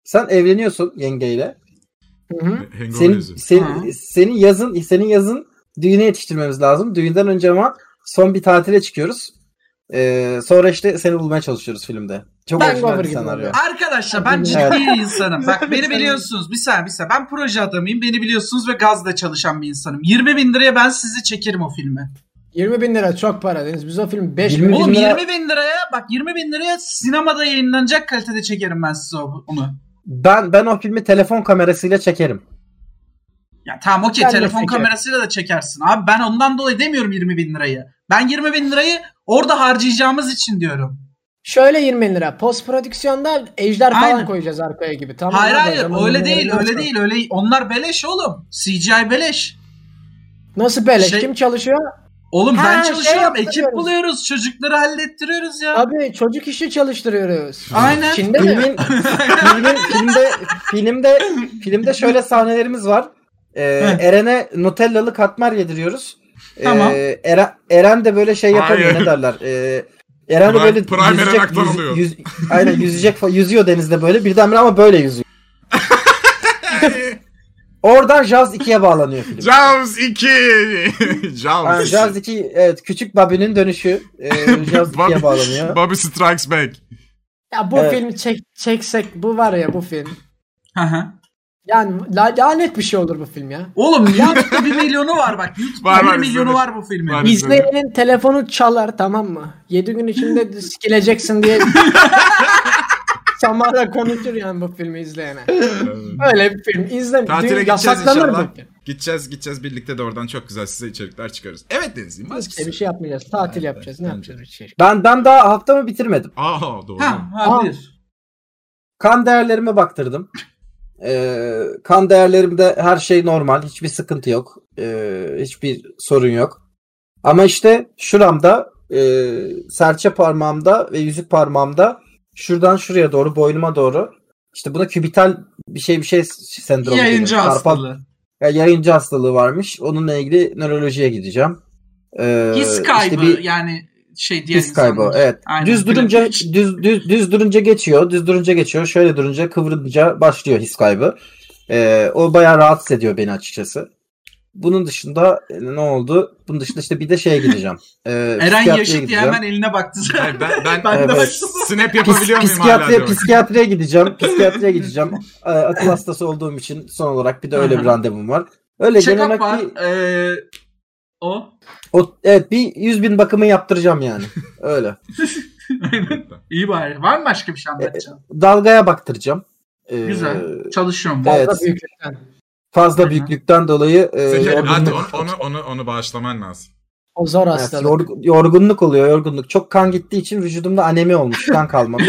sen evleniyorsun yengeyle. Hı hı. Hangover Senin yüzü. senin, Ha. senin yazın senin yazın düğüne yetiştirmemiz lazım. Düğünden önce ama son bir tatile çıkıyoruz. Ee, sonra işte seni bulmaya çalışıyoruz filmde. Çok Ben orijinal Gover bir gibi senaryo. oluyor. Arkadaşlar ben ciddi Evet. insanım. Bak beni biliyorsunuz. Bir saniye bir saniye. Ben proje adamıyım. Beni biliyorsunuz ve gazda çalışan bir insanım. 20 bin liraya ben sizi çekerim o filmi. 20 bin lira çok para Deniz. Biz o film 5 20 bin Oğlum bin lira- 20 bin liraya bak 20 bin liraya sinemada yayınlanacak kalitede çekerim ben size o- onu. Ben ben o filmi telefon kamerasıyla çekerim. Ya tamam okey Ben de telefon çekerim. kamerasıyla da çekersin. Abi ben ondan dolayı demiyorum 20 bin lirayı. Ben 20 bin lirayı orada harcayacağımız için diyorum. Şöyle 20 bin lira. Post prodüksiyonda ejder Aynen. falan koyacağız arkaya gibi. Tamam. hayır mı? hayır Adamın öyle bunları değil nasıl- öyle değil öyle onlar beleş oğlum. CGI beleş. Nasıl beleş? Şey- Kim çalışıyor? Oğlum Ha, ben şey çalışıyorum ekip yaptırıyoruz. buluyoruz çocukları hallettiriyoruz ya. Abi çocuk işi çalıştırıyoruz. Aynen. Çin'de mi? Filmin, filmin filmde filmde filmde şöyle sahnelerimiz var. Ee, Heh. Eren'e Nutellalı katmer yediriyoruz. Ee, Tamam. Eren, Eren de böyle şey yapar ya, Hayır. ne derler? Ee, Eren de Prime- böyle Prime Eren yüzecek, Aktan yüz- oluyor. yüz- aynen yüzecek, fa- yüzüyor denizde böyle birdenbire ama böyle yüzüyor. Oradan Jaws 2'ye bağlanıyor film. Jaws 2. Aynen, Jaws. Jaws 2 evet küçük Babi'nin dönüşü e, Jaws 2'ye bağlanıyor. Bobby Strikes Back. Ya bu Evet. filmi çek, çeksek bu var ya bu film. Hı hı. Yani la- lanet bir şey olur bu film ya. Oğlum YouTube'da 1 milyonu var bak. YouTube'da Var, 1 var, milyonu izledim. var bu filmin. Var. Biz de- İzleyenin telefonu çalar tamam mı? 7 gün içinde sikileceksin diye Samara konuşur yani bu filmi izleyene. Öyle bir film izle. Tatile Dün gideceğiz yasaklanır inşallah. bu film. Gideceğiz gideceğiz birlikte de oradan çok güzel size içerikler çıkarız. Evet Deniz'im İşte başkası. bir şey yapmayacağız. Tatil yapacağız. Ne bence yapacağız? Bir şey. Ben ben daha haftamı bitirmedim. Aa doğru. Ha, ha Aa. buyur. Kan değerlerime baktırdım. Ee, kan değerlerimde her şey normal. Hiçbir sıkıntı yok. Ee, hiçbir sorun yok. Ama işte şuramda e, serçe parmağımda ve yüzük parmağımda şuradan şuraya doğru boynuma doğru işte buna kübital bir şey bir şey sendromu deniyor. Yayıncı Karpal- hastalığı. Ya, yayıncı hastalığı varmış. Onunla ilgili nörolojiye gideceğim. Ee, His işte kaybı bir- yani şey diye His kaybı evet. Aynen, düz böyle durunca hiç- düz, düz düz durunca geçiyor. Düz durunca geçiyor. Şöyle durunca kıvrılınca başlıyor his kaybı. Ee, o bayağı rahatsız ediyor beni açıkçası. Bunun dışında e, ne oldu? Bunun dışında işte bir de şeye gideceğim. Ee, Eren psikiyatriye yaşıt diye gideceğim. hemen eline baktı. Hayır, ben ben, Ben de Evet. baktım. snap Pis- yapabiliyor muyum hala? psikiyatriye, diyor bak. psikiyatriye gideceğim. Psikiyatriye gideceğim. Ee, akıl hastası olduğum için son olarak bir de öyle bir Aha. randevum var. Öyle Check-up gelenek var. bir, Ee, o. o, evet bir 100 bin bakımı yaptıracağım yani. Öyle. İyi bari. Var mı başka bir şey anlatacağım? Dalgaya baktıracağım. Ee, Güzel. Çalışıyorum. Evet. Fazla büyüklükten. fazla Hı hı. büyüklükten dolayı e, Zeki, yorgunluk, hadi onu, onu, onu, onu bağışlaman lazım. O zor Evet, hastalık. yorg- yorgunluk oluyor yorgunluk. Çok kan gittiği için vücudumda anemi olmuş kan kalmamış.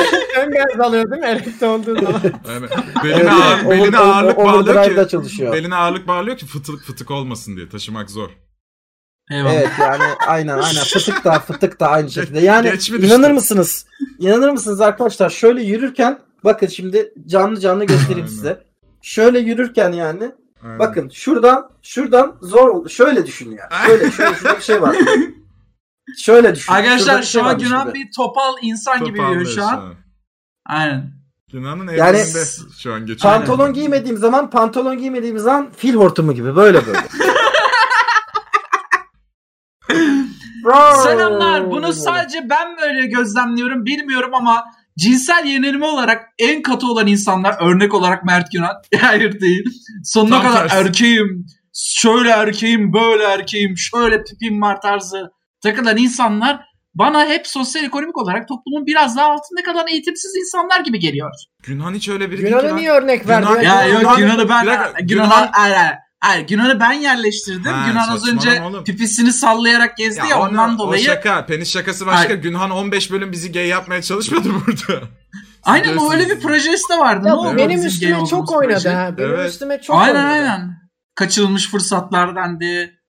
gaz alıyor değil mi? Elekte olduğu zaman. Yani beline, ağır- beline ağırlık bağlıyor Overdrive'da ki. çalışıyor. Beline ağırlık bağlıyor ki fıtık fıtık olmasın diye taşımak zor. Eyvallah. Evet yani aynen aynen fıtık da fıtık da aynı şekilde. Yani Geç mi inanır düştü? mısınız? İnanır mısınız arkadaşlar? Şöyle yürürken bakın şimdi canlı canlı göstereyim Aynen. size. Şöyle yürürken yani Aynen. bakın şuradan şuradan zor oldu. Şöyle düşün yani. Şöyle şöyle şurada bir şey var. Şöyle düşün. şurada Arkadaşlar bir şey şu an varmış Yunan gibi. bir topal insan gibi yürüyor şu an. Aynen. Yunan'ın Yani- evinde şu an geçiyor. Pantolon giymediğim zaman pantolon giymediğim zaman fil hortumu gibi böyle böyle. Selamlar. Bunu sadece ben böyle gözlemliyorum bilmiyorum ama cinsel yenilme olarak en katı olan insanlar örnek olarak Mert Yunan. Hayır değil. Sonuna Tam kadar tersi. erkeğim. Şöyle erkeğim, böyle erkeğim, şöyle pipim var tarzı takılan insanlar bana hep sosyal ekonomik olarak toplumun biraz daha altında kalan eğitimsiz insanlar gibi geliyor. Yunan hiç öyle biri değil ki Yunan'a lan. niye örnek verdi? Yunan- Ya Yunan- yok Yunan'ı Bir dakika, ben Yunan'ı Yunan- hayır, hayır, hayır, Yunan'ı ben yerleştirdim. Ha, Yunan az saçmalama önce oğlum. pipisini sallayarak gezdi ya, onu- ondan O dolayı. şaka. Penis şakası başka. Hayır. Günhan 15 bölüm bizi gay yapmaya çalışmadı burada. Aynen o Biliyorsunuz. öyle bir projesi de vardı. Ya Ne oldu benim bizim gay üstüme olduğumuz çok oynadı proje? ha. Benim Evet. üstüme çok aynen oynadı. aynen. Kaçırılmış fırsatlar dendi.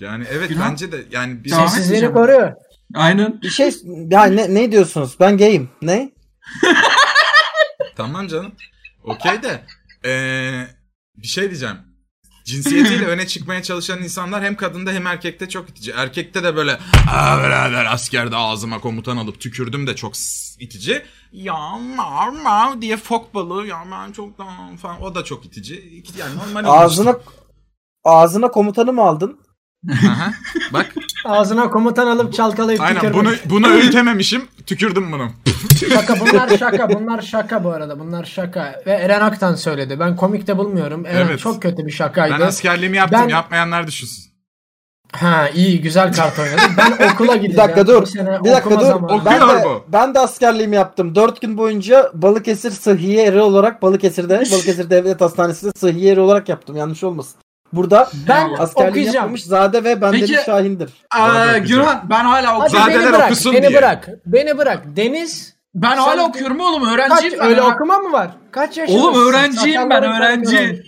Yani evet Günhan? bence de yani biz Tamam. Sessizleri koru. Aynen. Bir şey ya ne, ne diyorsunuz? Ben gayim. Ne? tamam canım. Okey de eee, bir şey diyeceğim. Cinsiyetiyle öne çıkmaya çalışan insanlar hem kadında hem erkekte çok itici. Erkekte de böyle "Aa, birader askerde ağzıma komutan alıp tükürdüm de çok s- itici. Ya mav mav diye fok balığı ya ben çok da- falan o da çok itici. İki- Yani normal olmuş. Ağzına ağzına komutanı mı aldın? Aha, Bak Ağzına komutan alıp çalkalayıp aynen tükürmek. bunu, bunu öğütememişim tükürdüm bunu. Şaka bunlar şaka bunlar şaka bu arada bunlar şaka. Ve Eren Aktan söyledi. Ben komik de bulmuyorum. Eren Evet. çok kötü bir şakaydı. Ben askerliğimi yaptım Ben- yapmayanlar düşünsün. Ha iyi güzel kart oynadım. Ben okula gideceğim. Bir dakika Bu dur. sene Bir dakika okuma dur. zamanı. Okuyor Ben de, bu. ben de askerliğimi yaptım. 4 gün boyunca Balıkesir Sıhhiye Eri olarak Balıkesir'de Balıkesir Devlet Hastanesi'nde Sıhhiye Eri olarak yaptım. Yanlış olmasın. Burada Ben Eyvallah. askerliğimi okuyacağım. yapmamış Zade ve Bendeli Peki- Şahin'dir. Daha da Ee, Güran ben hala Hadi okuyorum. Zaten- beni Zadeler bırak. okusun beni diye. bırak. Beni bırak. Deniz Ben Sen- hala okuyorum oğlum kaç öğrenciyim. ben öyle hala- okuma mı var? Kaç yaşındasın? Oğlum öğrenciyim ben Sakalların öğrenci. kalkıyor.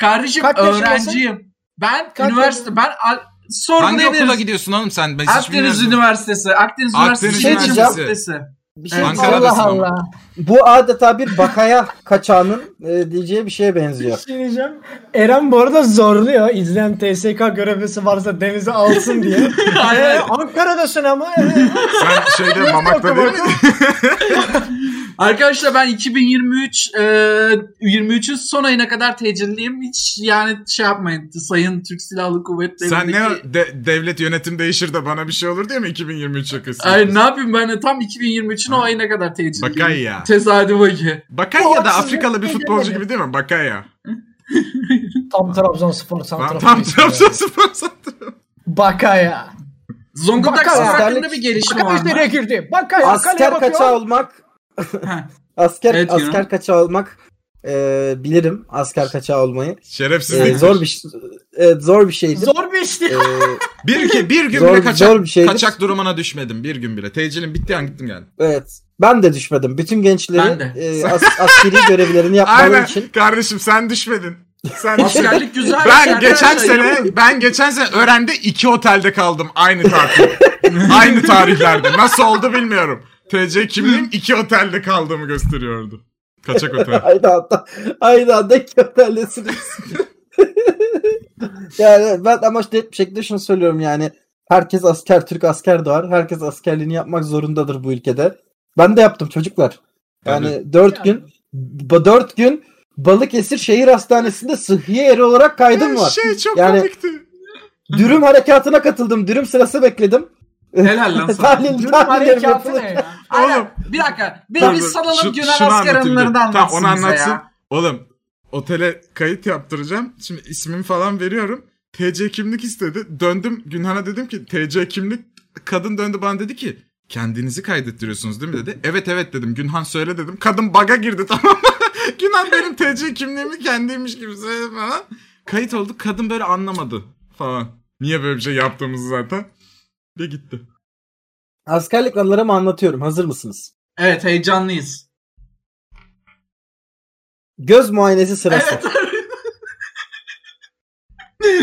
Kardeşim Kaç yaşındasın? öğrenciyim. Ben Kaç üniversite ben al- Hangi okula sorgulayabiliriz. gidiyorsun oğlum sen? Ben hiç Akdeniz bilmiyorum. Üniversitesi. Akdeniz Üniversitesi. Akdeniz Şey Şehir diyeceğim. Üniversitesi. Bir şey Evet. diyeceğim. Ankara'da- Allah Ankara'dasın ama. Allah. Bu adeta bir bakaya kaçağının e, diyeceği bir şeye benziyor. Bir şey diyeceğim. Eren bu arada zorluyor. İzleyen TSK görevlisi varsa denize alsın diye. Aynen. ee, Ankara'dasın ama. Ee, Sen şeyde mamakta değil misin? Arkadaşlar ben 2023 e, 23'ün son ayına kadar tecilliyim. Hiç yani şey yapmayın. Sayın Türk Silahlı Kuvvetleri. Sen ne de- devlet yönetim değişir de bana bir şey olur diye mi 2023 şakası? Ay ne yapayım ben de tam 2023'ün o ayına kadar tecilliyim. Bakaya. Tezadüfe ki. Bakaya da Haksızlık Afrikalı bir futbolcu gibi değil mi? Bakaya. tam Trabzonspor Tam, santrafor. tam Trabzonspor sattı. Bakaya. Zonguldak Bakaya. Spor hakkında Askerlik- bir gelişme Bakaya var mı? içeriye girdi. Bakaya kaleye Asker bakıyor. kaçağı olmak Ha. asker Evet, Yunan. asker kaçağı olmak e, bilirim asker kaçağı olmayı. E, Şerefsizlik. zor bir ş- evet, zor bir şeydir. Zor bir işti. E, Bir, ki, bir gün Zor- bile kaçak, zor bir şeydir. kaçak durumuna düşmedim. Bir gün bile. Tecilim bitti an gittim geldim. evet. Ben de düşmedim. Bütün Ben gençlerin de. e, as- askeri görevlerini yapmaları Aynen. için Kardeşim sen düşmedin. Sen düşmedin. Askerlik güzel. bir şey Ben geçen arkadaşlar. sene ben geçen sene öğrende iki otelde kaldım aynı tatil. aynı tarihlerde. Nasıl oldu bilmiyorum. TC kimliğim iki otelde kaldığımı gösteriyordu. Kaçak otel. aynı anda aynı anda kötülesiniz. yani ben ama net bir şekilde şunu söylüyorum yani herkes asker Türk asker doğar. Herkes askerliğini yapmak zorundadır bu ülkede. Ben de yaptım çocuklar. Yani dört gün ba- dört gün Balıkesir Şehir Hastanesi'nde sıhhiye eri olarak kaydım var. Şey çok Yani- komikti. Dürüm harekatına katıldım. Dürüm sırası bekledim. Helal lan sana. Tahlil, Dürüm tahlil harekatı ne ya? Aynen. Oğlum. Bir dakika. Bir, Dur, bir dur. salalım Şu- Günan şunu asker anlatayım anılarını dur. anlatsın Tamam onu bize anlatsın. ya. Oğlum otele kayıt yaptıracağım. Şimdi ismimi falan veriyorum. TC kimlik istedi. Döndüm Günhan'a dedim ki TC kimlik. Kadın döndü bana dedi ki kendinizi kaydettiriyorsunuz değil mi dedi. Evet evet dedim. Günhan söyle dedim. Kadın baga girdi tamam mı? Günhan benim TC kimliğimi kendiymiş gibi söyledi falan. Kayıt olduk. Kadın böyle anlamadı falan. Niye böyle bir şey yaptığımızı zaten. Ve gitti. Askerlik anılarımı anlatıyorum. Hazır mısınız? Evet heyecanlıyız. Göz muayenesi sırası. Evet.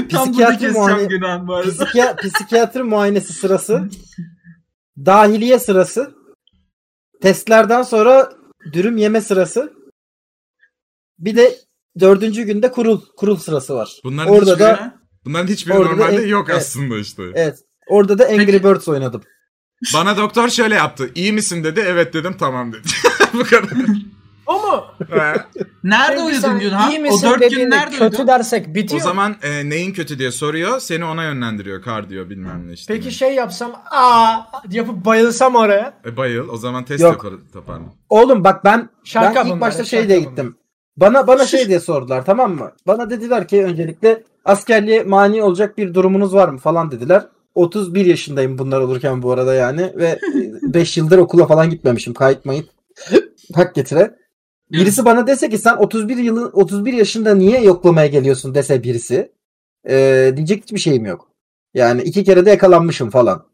Tam burada Psikiyatri keseceğim muayene- Günan bu arada. Psikiya- psikiyatri muayenesi sırası. Dahiliye sırası. Testlerden sonra dürüm yeme sırası. Bir de dördüncü günde kurul kurul sırası var. Bunların Orada hiçbiri- da- Bunların hiçbiri Orada da normalde en- yok evet. aslında işte. Evet. Orada da Angry Peki. Birds oynadım. Bana doktor şöyle yaptı. İyi misin dedi. Evet dedim tamam dedi. Bu kadar. O mu? Ha. Nerede Çünkü uyudun sen Günhan? iyi O misin dört gün dediğini nerede Kötü uyudun? dersek bitiyor. o zaman e, neyin kötü diye soruyor. Seni ona yönlendiriyor. Kar diyor bilmem ne işte. Peki şey yapsam aa yapıp bayılsam oraya. E, bayıl. O zaman test Yok. yapar, yapar. Oğlum bak ben Şarkı ben bunlar, ilk başta şarkı şey diye bunlar. gittim. Bana bana şey diye sordular tamam mı? Bana dediler ki öncelikle askerliğe mani olacak bir durumunuz var mı falan dediler. 31 yaşındayım bunlar olurken bu arada yani ve 5 yıldır okula falan gitmemişim kayıt mayıt. Hak getire. Birisi bana dese ki sen 31 yılın 31 yaşında niye yoklamaya geliyorsun dese birisi. Ee, diyecek hiçbir şeyim yok. Yani iki kere de yakalanmışım falan.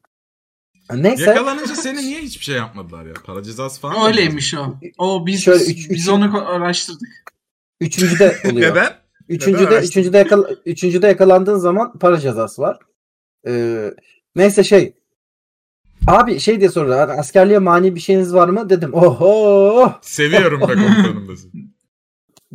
Neyse. Yakalanınca seni niye hiçbir şey yapmadılar ya? Para cezası falan. mı? Öyleymiş o. O biz Şöyle üç- biz üç- onu ko- araştırdık. Üçüncü de oluyor. Neden? Neden Üçüncüde, araştırdın? üçüncüde, yakala, üçüncüde yakalandığın zaman para cezası var. Ee, neyse şey. Abi şey diye soruyorlar. Askerliğe mani bir şeyiniz var mı? Dedim. Oho. Seviyorum be komutanım dedi.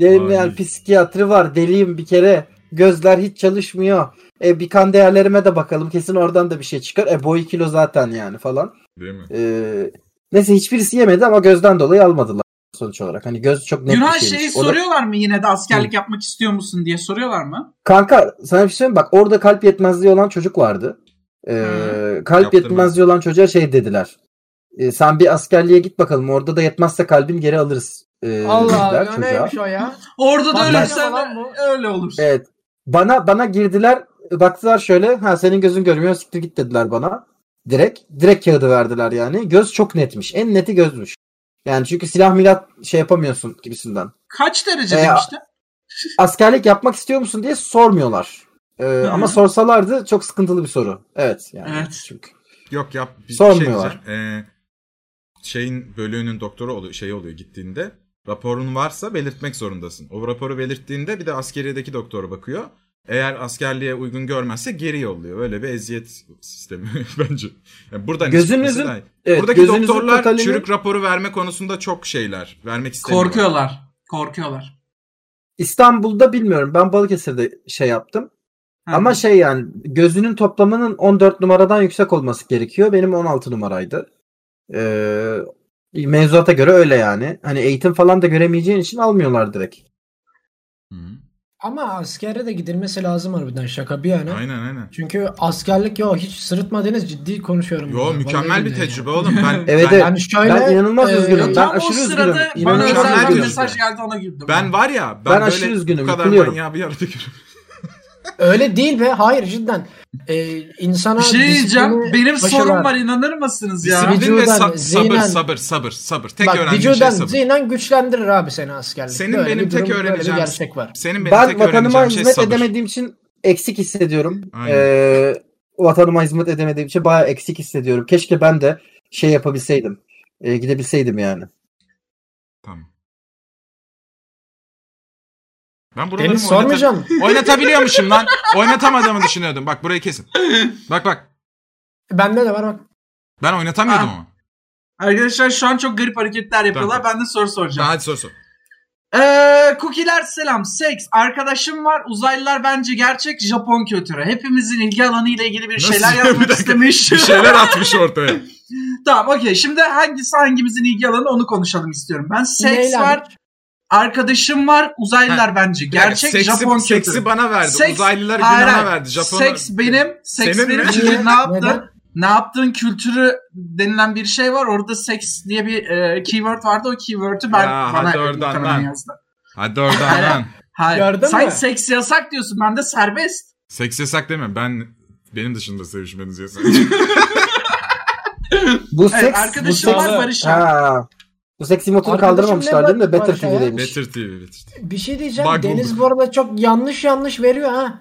Dedim Mani. yani psikiyatri var. Deliyim bir kere. Gözler hiç çalışmıyor. E, bir kan değerlerime de bakalım. Kesin oradan da bir şey çıkar. E boy kilo zaten yani falan. Değil mi? Ee, neyse hiçbirisi yemedi ama gözden dolayı almadılar sonuç olarak. Hani göz çok net Günhan bir şeymiş. şeyi O da- soruyorlar mı yine de askerlik yapmak istiyor musun diye soruyorlar mı? Kanka sana bir şey söyleyeyim mi? bak orada kalp yetmezliği olan çocuk vardı. Ee, kalp Yaptırmadı. yetmezliği olan çocuğa şey dediler. Ee, sen bir askerliğe git bakalım orada da yetmezse kalbin geri alırız. Ee, Allah dediler Allah o çocuğa. neymiş o ya? Orada da Bak- ölürsen Lan bu- öyle olur. Evet. Bana bana girdiler baktılar şöyle ha senin gözün görmüyor siktir git dediler bana. Direkt direkt kağıdı verdiler yani. Göz çok netmiş. En neti gözmüş. Yani çünkü silah milat şey yapamıyorsun gibisinden. Kaç derece Ee, demişti? Askerlik yapmak istiyor musun diye sormuyorlar. Ee, ama sorsalardı çok sıkıntılı bir soru. Evet yani. Evet. Çünkü Yok yap. Bir bir şey Sormuyorlar. diyeceğim. Ee, şeyin bölüğünün doktoru oluyor, şey oluyor gittiğinde raporun varsa belirtmek zorundasın. O raporu belirttiğinde bir de askeriyedeki doktor bakıyor. Eğer askerliğe uygun görmezse geri yolluyor. Öyle bir eziyet sistemi bence. Yani buradan Gözünüzün- çıkması daha iyi. Evet, Buradaki gözünüzün doktorlar totalini- çürük raporu verme konusunda çok şeyler. Vermek istemiyorlar. Korkuyorlar. Korkuyorlar. İstanbul'da bilmiyorum. Ben Balıkesir'de şey yaptım. Ha. Ama şey yani gözünün toplamının 14 numaradan yüksek olması gerekiyor. Benim 16 numaraydı. Ee, mevzuata göre öyle yani. Hani eğitim falan da göremeyeceğin için almıyorlar direkt. Hı. Ama askere de gidilmesi lazım harbiden şaka bir yana. Aynen aynen. Çünkü askerlik yo hiç sırıtmadınız ciddi konuşuyorum. Yo burada. mükemmel Vallahi bir billahi tecrübe ya. oğlum. Ben, Evet, ben, evet. Yani şöyle e, Ben inanılmaz üzgünüm. Ya Ben tam aşırı o sırada üzgünüm. bana İnanılmaz özel bir üzgünüm. mesaj geldi ona güldüm. ben var ya ben, Ben böyle aşırı üzgünüm, bu kadar yıkılıyorum. manyağı bir yerde görüyorum. Öyle değil be. Hayır cidden. Ee, insana bir şey diyeceğim. disiplini Benim aşılar. sorum var inanır mısınız ya? Disiplin- Disiplin ve Vücudan, sab- sabır zihnen- sabır sabır sabır. Tek Bak öğrendiğim şey vücudan sabır. zihnen güçlendirir abi seni askerlik. Senin Böyle benim bir tek durum, böyle bir öğreneceğim gerçek var. Senin benim Ben tek vatanıma öğreneceğim şey hizmet sabır. edemediğim için eksik hissediyorum. Aynen. Ee, vatanıma hizmet edemediğim için bayağı eksik hissediyorum. Keşke ben de şey yapabilseydim. Ee, gidebilseydim yani. Tamam. Ben buraları Deniz mı oynata- sormayacağım. Oynatabiliyormuşum lan. Oynatamadığımı düşünüyordum. Bak burayı kesin. Bak bak. Bende de var bak. Ben oynatamıyordum Ah. ama. Arkadaşlar şu an çok garip hareketler yapıyorlar. Ben de soru soracağım. Daha hadi sor sor. Ee, cookie'ler selam. Seks. Arkadaşım var. Uzaylılar bence gerçek. Japon kültürü. Hepimizin ilgi alanı ile ilgili bir Nasıl şeyler ya? Bir yapmak dakika. istemiş. Bir şey- şeyler atmış ortaya. tamam okey. Şimdi hangisi hangimizin ilgi alanı onu konuşalım istiyorum. Ben seks Neyle var. alakalı? Arkadaşım var. Uzaylılar bence. Gerçek seksi, Japon kültürü. Seksi bana verdi. Seks- Uzaylılar Hayır, günaha hayır. verdi. Japon Seks benim. Seks Senin benim. mi? Çünkü ne yaptın? Neden? Ne yaptığın kültürü denilen bir şey var. Orada seks diye bir e, keyword vardı. O keyword'ü ben Ya, bana hadi oradan muhtemelen lan. yazdı. Hadi oradan lan. Hayır. Gördün Sen mü? seks yasak diyorsun. Ben de serbest. Seks yasak deme. Ben benim dışında sevişmeniz yasak. Bu Evet, seks, bu arkadaşım seks, var Barış abi. ha, bu seks emotunu Arkadaşım ne kaldırmamışlar değil mi? Barış Better Barış ya? TV'deymiş. Better TV. Better TV. Bir şey diyeceğim. Bug Deniz bulduk. bu arada çok yanlış yanlış veriyor ha.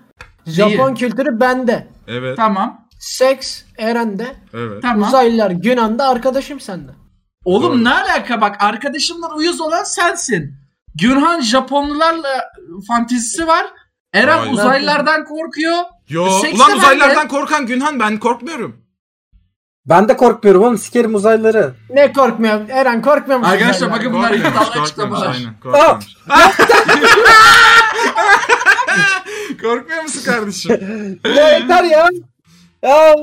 Japon kültürü bende. Evet. Tamam. Seks Eren'de. Evet. Tamam. Uzaylılar Yunan'da arkadaşım sende. Oğlum Doğru. ne alaka bak arkadaşımdan uyuz olan sensin. Günhan Japonlularla fantezisi var. Eren Aynen. uzaylılardan korkuyor. Yo Seksen ulan uzaylılardan halde- korkan Günhan ben korkmuyorum. Ben de korkmuyorum oğlum sikerim uzaylıları. Ne korkmuyor? Eren korkmuyor musun? Arkadaşlar sen? bakın bunlar Korkmuyormuş, iddialı korkmuyormuş açıklamalar. aynen korkmuyormuş. Korkmuyor musun kardeşim? ya yeter ya. Ya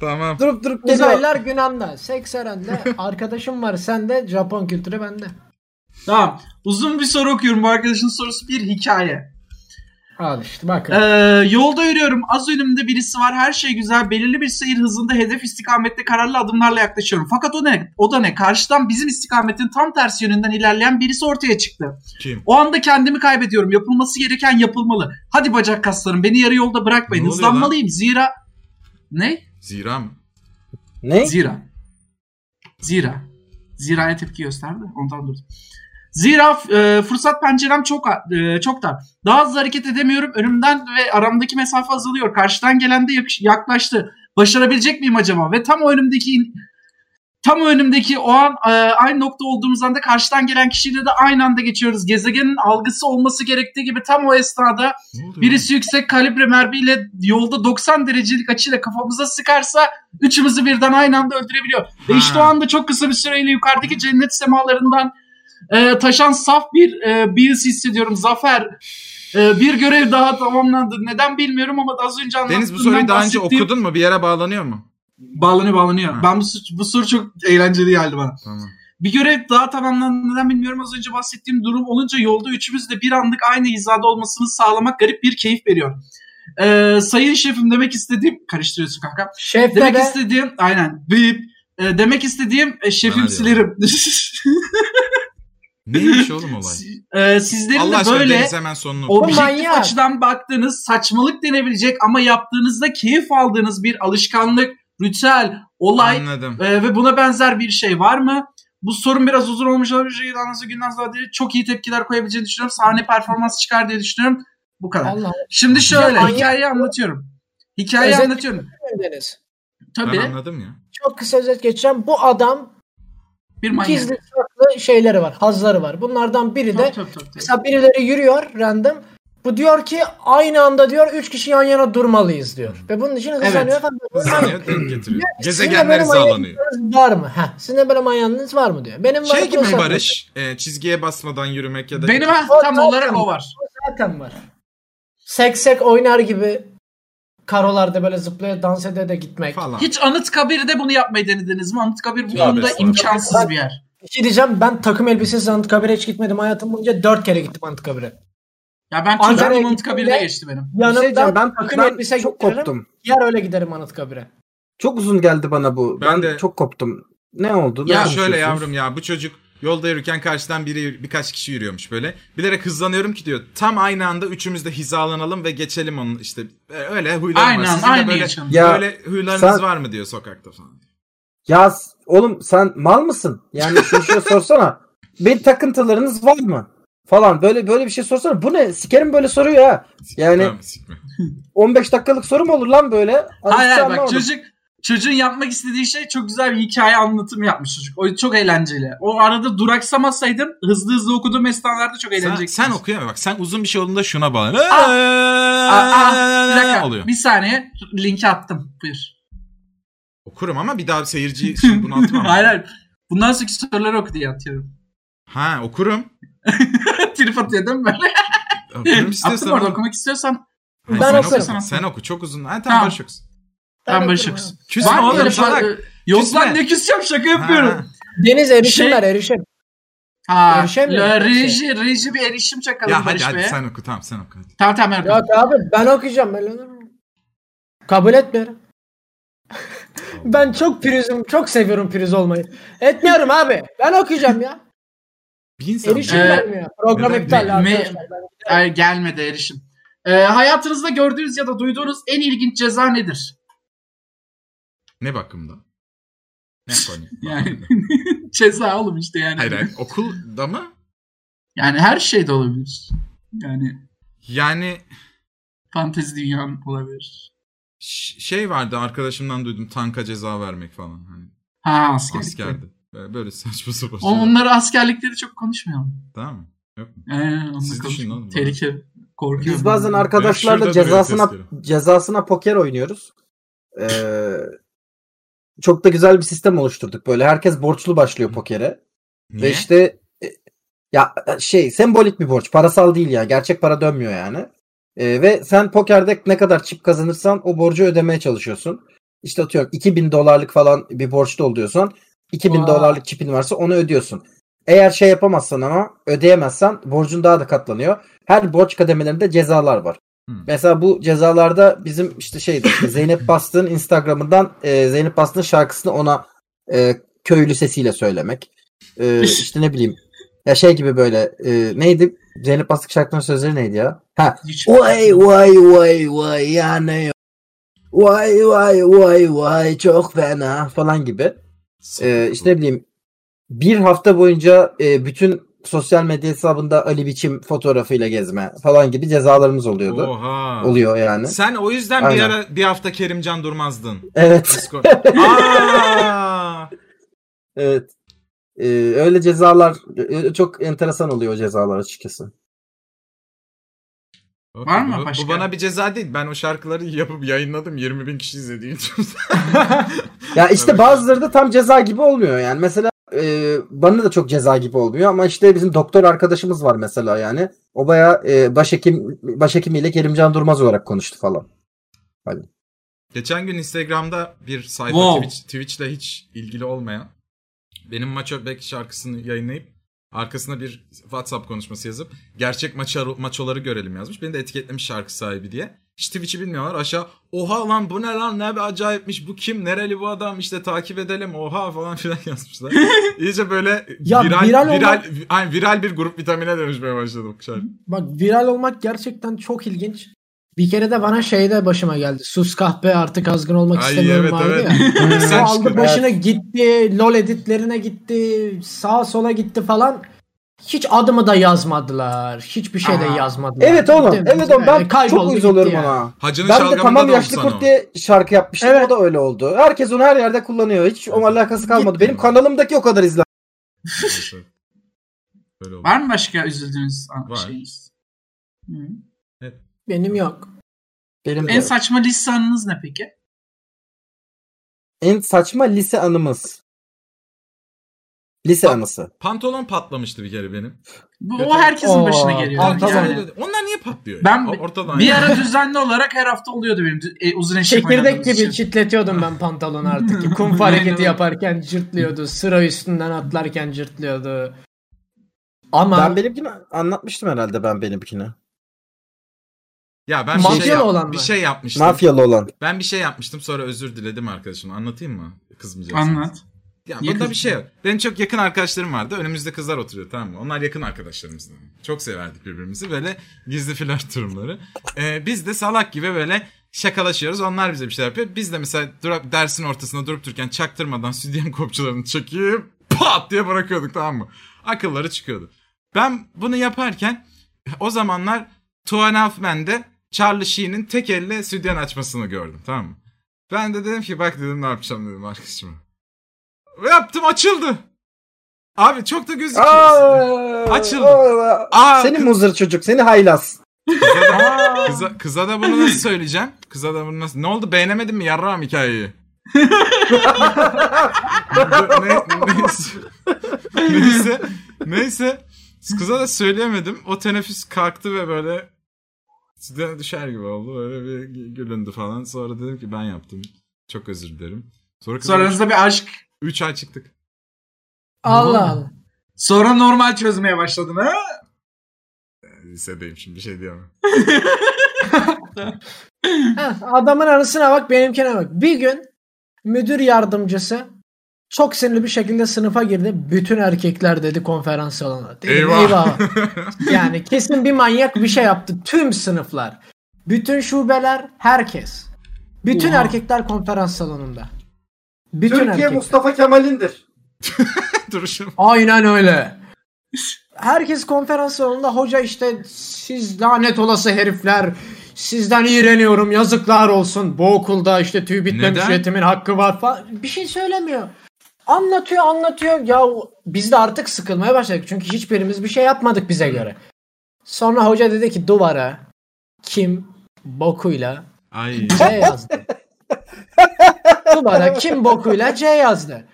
Tamam. durup durup geliyor. Uzaylılar Günan'da, seks Eren'de, arkadaşım var sende, Japon kültürü bende. Tamam. Uzun bir soru okuyorum. Bu arkadaşın sorusu bir hikaye. Al işte bakın. Ee, yolda yürüyorum. Az önümde birisi var. Her şey güzel. Belirli bir seyir hızında hedef istikamette kararlı adımlarla yaklaşıyorum. Fakat o ne? O da ne? Karşıdan bizim istikametin tam tersi yönünden ilerleyen birisi ortaya çıktı. Kim? O anda kendimi kaybediyorum. Yapılması gereken yapılmalı. Hadi bacak kaslarım beni yarı yolda bırakmayın. Ne oluyor lan? Hızlanmalıyım. Zira... Ne? Zira mı? Ne? şey Zira. Zira. Zira'ya tepki gösterdi. Ondan durdum. Zira f- e, fırsat pencerem çok a- e, çok dar. Daha hızlı hareket edemiyorum. Önümden ve aramdaki mesafe azalıyor. Karşıdan gelen de yakış- yaklaştı. Başarabilecek miyim acaba? Ve tam o önümdeki in- tam o önümdeki o an e, aynı nokta olduğumuz anda karşıdan gelen kişiyle de aynı anda geçiyoruz. Gezegenin algısı olması gerektiği gibi tam o esnada Ne oluyor? Birisi yüksek kalibre mermiyle yolda 90 derecelik açıyla kafamıza sıkarsa üçümüzü birden aynı anda öldürebiliyor. Ve Ha. işte o anda çok kısa bir süreyle yukarıdaki cennet semalarından e, taşan saf bir e, bir his hissediyorum. Zafer e, bir görev daha tamamlandı. Neden bilmiyorum ama az önce anlattığımdan Deniz bu soruyu daha önce bahsettiğim- okudun mu? Bir yere bağlanıyor mu? Bağlanıyor bağlanıyor. Ha. Ben bu, su- bu soru çok eğlenceli geldi bana. Tamam. Bir görev daha tamamlandı neden bilmiyorum az önce bahsettiğim durum olunca yolda üçümüz de bir anlık aynı hizada olmasını sağlamak garip bir keyif veriyor. Ee, sayın şefim demek istediğim karıştırıyorsun kanka. Şefte Demek de istediğim aynen bip. Ee, demek istediğim e, şefim Bana silerim. Neymiş oğlum olay? Ee, sizlerin Allah de aşkına böyle Deniz hemen sonunu oku. Bu objektif manyak. açıdan baktığınız saçmalık denebilecek ama yaptığınızda keyif aldığınız bir alışkanlık, ritüel, olay Anladım. ee, ve buna benzer bir şey var mı? Bu sorun biraz uzun olmuş olabilir. Yılanızı günden sonra değil. Çok iyi tepkiler koyabileceğini düşünüyorum. Sahne performansı çıkar diye düşünüyorum. Bu kadar. Allah Şimdi şöyle Ya, hikayeyi anlatıyorum. Hikayeyi Özet- anlatıyorum. Allah Deniz. Ben Tabii anladım ya. Çok kısa özet geçeceğim. Bu adam bir manyak. gizli saklı şeyleri var, hazları var. Bunlardan biri de Tabii, tabii, tabii, tabii. mesela birileri yürüyor random. Bu diyor ki aynı anda diyor 3 kişi yan yana durmalıyız diyor. Ve bunun için hızlanıyor Evet. efendim. Hızlanıyor denk getiriyor. Sizin de Gezegenler böyle hizalanıyor. manyaklarınız Var mı? Heh, sizin de böyle manyağınız var mı diyor. Benim var Şey gibi olsa- Barış. e, çizgiye basmadan yürümek ya da... Benim ha, O tam zaten- olarak o var. zaten var. Seksek oynar gibi karolarda böyle zıplaya dans ede de gitmek. Falan. Hiç Anıtkabir'de bunu yapmayı denediniz mi? Anıtkabir bu Tövbe konuda estağfurullah. imkansız bir yer. Bir şey diyeceğim ben takım elbisesiz Anıtkabir'e hiç gitmedim hayatım boyunca dört kere gittim Anıtkabir'e. Ya ben Ankara'ya çocukluğum gittiğimde- Anıtkabir'de geçti benim. Bir şey Yanımda diyeceğim, ben, takım ben elbise çok giyerim. koptum. yer öyle giderim Anıtkabir'e. Çok uzun geldi bana bu. Ben Ben, de- çok koptum. Ne oldu? Ne Ya konuşuyorsunuz? şöyle yavrum ya bu çocuk yolda yürürken karşıdan biri birkaç kişi yürüyormuş böyle. Bilerek hızlanıyorum ki diyor. Tam aynı anda üçümüz de hizalanalım ve geçelim onun işte. E, Öyle huylarım var. Aynen Sizin de aynı böyle, yaşam. Ya böyle huylarınız sen- var mı diyor sokakta falan. Ya s- oğlum sen mal mısın? Yani şu şey sorsana. Bir takıntılarınız var mı? Falan böyle böyle bir şey sorsana. Bu ne? Sikerim böyle soruyor ha. Yani- Tamam, sikme. 15 dakikalık soru mu olur lan böyle? Hayır hayır bak Anlamadım. çocuk çocuğun yapmak istediği şey çok güzel bir hikaye anlatımı yapmış çocuk. O çok eğlenceli. O arada duraksamasaydım hızlı hızlı okuduğum esnalarda çok Sen, eğlenecektim. sen okuyamıyor bak. Sen uzun bir şey olduğunda şuna bağlan. Aa, aa, bir dakika. oluyor. Bir saniye linki attım. Buyur. Okurum ama bir daha seyirciyi şimdi bunu atmam. hayır hayır. Bundan sonraki soruları oku diye atıyorum. Ha okurum. Trip atıyor değil mi böyle? Okurum Attım orada istiyorsan. okumak istiyorsan. Hayır, Ben sen okurum. oku. Sen oku çok uzun. Ha, tamam, Tamam. Barış okusun. Ben Ben barışık. okurum abi. Küsme Var mı oğlum öyle salak. fa- Yok Küsme. lan ne küseceğim şaka Ha, yapıyorum. ha. Deniz erişimler Şey- erişim. Ha, Görüşemiyor la- kimse. reji, reji bir erişim çakalım Ya hadi Barış hadi Bey'e. sen oku tamam sen oku. hadi. Tamam tamam ben okuyorum. Yok abi ben okuyacağım. Ben olur mu? Kabul etmiyorum. ben çok prizim, çok seviyorum priz olmayı. Etmiyorum abi. Ben okuyacağım ya. Bir insan. Erişim Ee, gelmiyor. Program neden iptal değil? arkadaşlar. Ay, gelmedi erişim. Ee, hayatınızda gördüğünüz ya da duyduğunuz en ilginç ceza nedir? Ne bakımdan? Ne konu? Yani ceza oğlum işte yani. Hayır hayır okulda mı? Yani her şey de olabilir. Yani Yani fantezi dünyam olabilir. ş- şey vardı arkadaşımdan duydum tanka ceza vermek falan. Hani Ha askerlik. askerdi. Böyle, böyle saçma sapan. O- şeyler. Onları askerlikleri çok konuşmayalım. Tamam mı? Yok mu? Ee, onları Siz düşünün konuşmayalım. oğlum. Tehlikeli. Korkuyorum. Biz bazen arkadaşlarla şurada duruyor cezasına testleri. cezasına poker oynuyoruz. Ee, çok da güzel bir sistem oluşturduk böyle. Herkes borçlu başlıyor pokere. Ve Niye? işte e, ya şey sembolik bir borç. Parasal değil ya. Gerçek para dönmüyor yani. E, ve sen pokerde ne kadar çip kazanırsan o borcu ödemeye çalışıyorsun. İşte atıyorum 2000 dolarlık falan bir borçta oluyorsan 2000 Vay. dolarlık çipin varsa onu ödüyorsun. Eğer şey yapamazsan ama ödeyemezsen borcun daha da katlanıyor. Her borç kademelerinde cezalar var. Hmm. Mesela bu cezalarda bizim işte şeydi işte Zeynep Bastık'ın Instagram'ından e, Zeynep Bastık'ın şarkısını ona e, köylü sesiyle söylemek. E, işte ne bileyim ya şey gibi böyle e, neydi Zeynep Bastık şarkının sözleri neydi ya? Ha Hiç- Vay vay vay vay ya ne yok. Vay vay vay vay çok fena falan gibi. Ee, işte ne bileyim bir hafta boyunca e, bütün sosyal medya hesabında Ali Biçim fotoğrafıyla gezme falan gibi cezalarımız oluyordu. Oha. Oluyor yani. Sen o yüzden bir Aynen. ara bir hafta Kerimcan Durmaz'dın. Evet. Discord- Aa! evet. Ee, öyle cezalar e, çok enteresan oluyor o cezalar açıkçası. Var mı bu, başka? Bu bana bir ceza değil. Ben o şarkıları yapıp yayınladım. 20 bin kişi izlediği için. Ya işte Evet. bazıları da tam ceza gibi olmuyor yani. Mesela e, bana da çok ceza gibi olmuyor ama işte bizim doktor arkadaşımız var mesela yani. O baya e, başhekim başhekimiyle Kerimcan Durmaz olarak konuştu falan. Geçen gün Instagram'da bir sayfa Wow. Twitch, Twitch'le hiç ilgili olmayan benim maç belki şarkısını yayınlayıp arkasına bir WhatsApp konuşması yazıp gerçek maça, maçoları görelim yazmış. Beni de etiketlemiş şarkı sahibi diye. Hiç Twitch'i bilmiyorlar aşağı oha lan bu ne lan ne bir acayipmiş bu kim nereli bu adam işte takip edelim oha falan filan yazmışlar. İyice böyle Ya viral, viral viral, olmak- vi- ay, viral bir grup vitamine dönüşmeye başladı bu şarkı. Bak viral olmak gerçekten çok ilginç. Bir kere de bana şeyde başıma geldi. Sus kahpe artık azgın olmak Ay, istemiyorum evet, vardı evet. ya. O Sen aldı çıkın. başına gitti. LOL editlerine gitti. Sağa sola gitti falan. Hiç adımı da yazmadılar. Hiçbir şey de Aa. yazmadılar. Evet oğlum. Gitti. Evet oğlum ben Yani kayboldu çok uyuz gitti oluyorum yani. ona. Hacının Ben de şalgamında tamam da oldu yaşlı sana o. kurt diye şarkı yapmıştım. Evet. O da öyle oldu. Herkes onu her yerde kullanıyor. Hiç onun alakası kalmadı. Benim kanalımdaki o kadar izlen. Evet, evet. Böyle oldu. Var mı başka üzüldüğünüz an- Var. şeyiniz? Hı. Benim yok. Benim de. En en, saçma lise anınız ne peki? saçma lise anımız. Lise Bak- anısı. Pantolon patlamıştı bir kere benim. Bu, Götür. o herkesin Oo, başına geliyor. pantolon. Yani. Onlar niye patlıyor? Ben ya? ortadan bir ya. ara düzenli olarak her hafta oluyordu benim dü- e, uzun eşek Çekirdek oynadığımız gibi için. çitletiyordum ben pantolonu artık. ki. Kumf Aynen. hareketi yaparken cırtlıyordu. Sıra üstünden atlarken cırtlıyordu. Ama Ben benimkini anlatmıştım herhalde ben benimkini. Ya ben bir Mafyalı şey, yap- olan mı? bir şey yapmıştım. Mafyalı olan. Ben bir şey yapmıştım sonra özür diledim arkadaşım. Anlatayım mı? Kızmayacağız. Anlat. Ya Niye bunda bir kızdın? şey yok. Benim çok yakın arkadaşlarım vardı. Önümüzde kızlar oturuyor tamam mı? Onlar yakın arkadaşlarımızdı. Çok severdik birbirimizi. Böyle gizli flört durumları. Ee, biz de salak gibi böyle şakalaşıyoruz. Onlar bize bir şeyler yapıyor. Biz de mesela dura- dersin ortasında durup dururken çaktırmadan stüdyem kopçularını çekip pat diye bırakıyorduk tamam mı? Akılları çıkıyordu. Ben bunu yaparken o zamanlar Two and a Half Men'de Charlie Sheen'in tek elle stüdyen açmasını gördüm tamam mı? Ben de dedim ki bak dedim ne yapacağım dedim arkadaşıma. Yaptım açıldı. Abi çok da gözüküyor. Açıldı. Aa, Aa, Seni kı- muzır çocuk. Seni haylaz. kıza, da, kıza, kıza da bunu nasıl söyleyeceğim? Kıza da bunu nasıl... Ne oldu beğenemedin mi yarrağım hikayeyi? ne, neyse. neyse. Neyse. Kıza da söyleyemedim. O teneffüs kalktı ve böyle sizden düşer gibi oldu. Böyle bir gü- gülündü falan. Sonra dedim ki ben yaptım. Çok özür dilerim. Sonra Sonra kızla aranızda bir aşk. 3 ay çıktık. Allah Allah. Sonra normal çözmeye başladın ha? Lisedeyim şimdi bir şey diyemem. Heh, adamın anısına bak benimkine bak. Bir gün müdür yardımcısı çok sinirli bir şekilde sınıfa girdi. Bütün erkekler dedi konferans salonuna. Dedim, Eyvah. eyvah. yani kesin bir manyak bir şey yaptı. Tüm sınıflar. Bütün şubeler herkes. Bütün Oha. erkekler konferans salonunda. Bütün erkekler. Mustafa Kemal'indir. Duruşum. Aynen öyle. Herkes konferans salonunda hoca işte siz lanet olası herifler sizden iğreniyorum yazıklar olsun bu okulda işte tüy bitmemiş Neden? yetimin hakkı var falan bir şey söylemiyor. Anlatıyor anlatıyor. Ya biz de artık sıkılmaya başladık. Çünkü hiçbirimiz bir şey yapmadık bize göre. Sonra hoca dedi ki duvara kim bokuyla Ay. C yazdı. Duvara kim bokuyla C yazdı.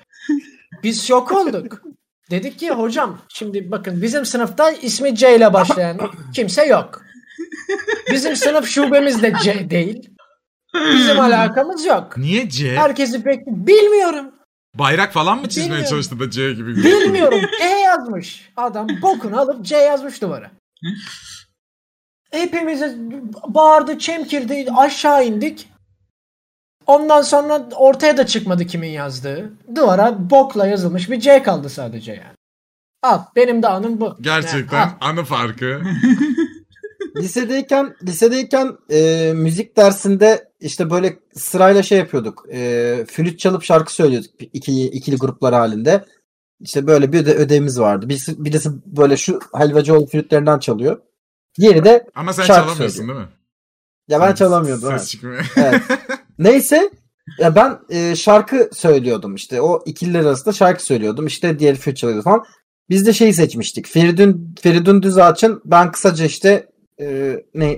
Biz şok olduk. Dedik ki hocam şimdi bakın bizim sınıfta ismi C ile başlayan kimse yok. Bizim sınıf şubemiz de C değil. Bizim alakamız yok. Niye C? Herkesi pek bilmiyorum. Bayrak falan mı çizmeye Bilmiyorum. çalıştı da C gibi? gözüküyor? Bilmiyorum. C yazmış. Adam bokunu alıp C yazmış duvara. Hepimize bağırdı, çemkirdi, aşağı indik. Ondan sonra ortaya da çıkmadı kimin yazdığı. Duvara bokla yazılmış bir C kaldı sadece yani. Al benim de anım bu. Yani, al. Gerçekten anı farkı. lisedeyken lisedeyken e, müzik dersinde işte böyle sırayla şey yapıyorduk. E, flüt çalıp şarkı söylüyorduk bir- iki, ikili gruplar halinde. İşte böyle bir de ödevimiz vardı. Birisi, birisi böyle şu Helvacıoğlu flütlerinden çalıyor. Diğeri de Ama sen Şarkı çalamıyorsun söylüyor. değil mi? ya ben Ses- çalamıyordum. evet. Ses çıkmıyor. Evet. Neyse ya ben e, şarkı söylüyordum işte o ikililer arasında şarkı söylüyordum işte diğer flüt çalıyordu falan. Biz de şeyi seçmiştik. Feridun Feridun Düzağaç'ın ben kısaca işte e, ne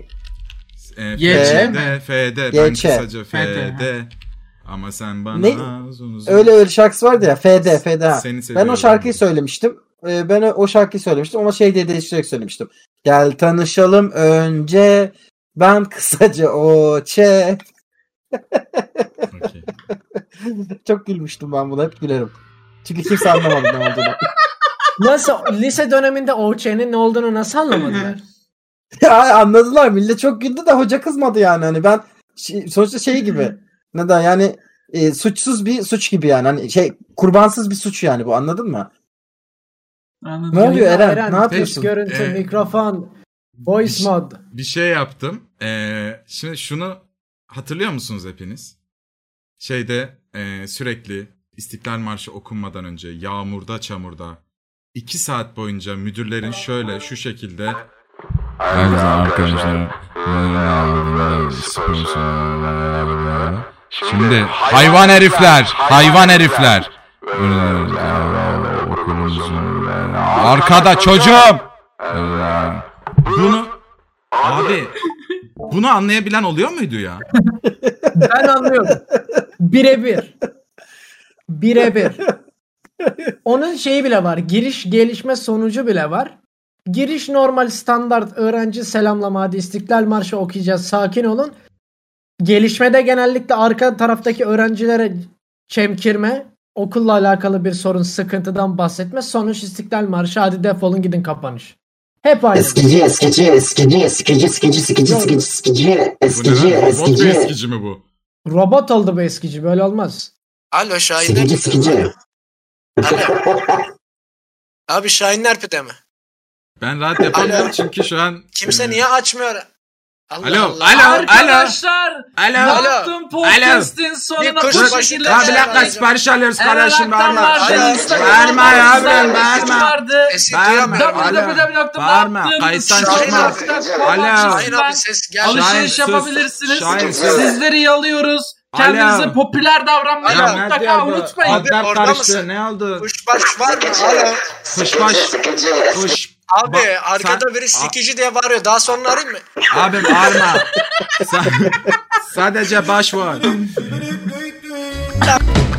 E, Ye- F'de, F'de. Ben Ye- kısaca F'de, F'de. Ama sen bana Ne? uzun uzun. öyle öyle şarkısı vardı ya FD FD. ha. Seni seviyorum. Ben o şarkıyı söylemiştim. Ee, ben o- o şarkıyı söylemiştim ama şey diye değiştirerek söylemiştim. Gel tanışalım önce ben kısaca o çe. Okey. Çok gülmüştüm ben buna hep gülerim. Çünkü kimse anlamadı ne olduğunu. Nasıl lise döneminde OÇ'nin ne olduğunu nasıl anlamadılar? Ya anladılar millet çok güldü de hoca kızmadı yani hani ben şey- sonuçta şey gibi neden yani e, suçsuz bir suç gibi yani hani şey kurbansız bir suç yani bu anladın mı? Anladım. Ne oluyor Yayında Eren? ne kız, yapıyorsun? görüntü, Ee, mikrofon, voice bir- mod. bir şey yaptım. Ee, şimdi şunu hatırlıyor musunuz hepiniz? Şeyde e, sürekli İstiklal Marşı okunmadan önce yağmurda çamurda iki saat boyunca müdürlerin şöyle şu şekilde Herkese arkadaşlar. Arkadaşlar. Şimdi hayvan herifler, hayvan herifler. Arkada çocuğum. Bunu abi bunu anlayabilen oluyor muydu ya? Ben anlıyorum. Birebir. Birebir. Onun şeyi bile var. Giriş gelişme sonucu bile var. Giriş normal standart öğrenci selamlama hadi İstiklal Marşı okuyacağız sakin olun. Gelişmede genellikle arka taraftaki öğrencilere çemkirme, okulla alakalı bir sorun sıkıntıdan bahsetme. Sonuç İstiklal Marşı hadi defolun gidin kapanış. Hep aynı. Eskici, eskici, eskici, eskici, eskici, eskici, eskici, eskici, Bu eskici, ne lan? Robot mu eskici, eskici mi bu? Robot oldu bu eskici böyle olmaz. Alo Şahin eskici, Erpe'de mi? eskici. Alo. Abi Şahin Erpe'de mi? Ben rahat yapamıyorum çünkü şu an Kimse e, niye açmıyor? Allah Alo, Allah. alo. Arkadaşlar Alo. Alo. yaptım podcast'in sonuna Bir bu kuş başı şekilde daha Abi bir bir dakika sipariş alıyoruz kardeşim verme. Alo. Verme yavrum verme. Verme. Sesi Bağırma. duyamıyorum. Alo. Bağırma. Kayıttan Şahin çıkma. abi. Şahin abi ses gelmiyor. Şahin, Alışveriş sus. yapabilirsiniz. Şahin, sus. Sizleri yalıyoruz. Alo. Kendinize popüler davranmayı Alo. mutlaka unutmayın. Abi Adlar orada karıştı mısın? ne oldu? Kuş baş var mı? Alo. Kuşbaş. Kuş. Abi Ba- arkada sen- biri sikici diye bağırıyor. Daha sonra arayayım mı? A- Abi bağırma. Sa- Sadece baş var. Sübülüp düt düt.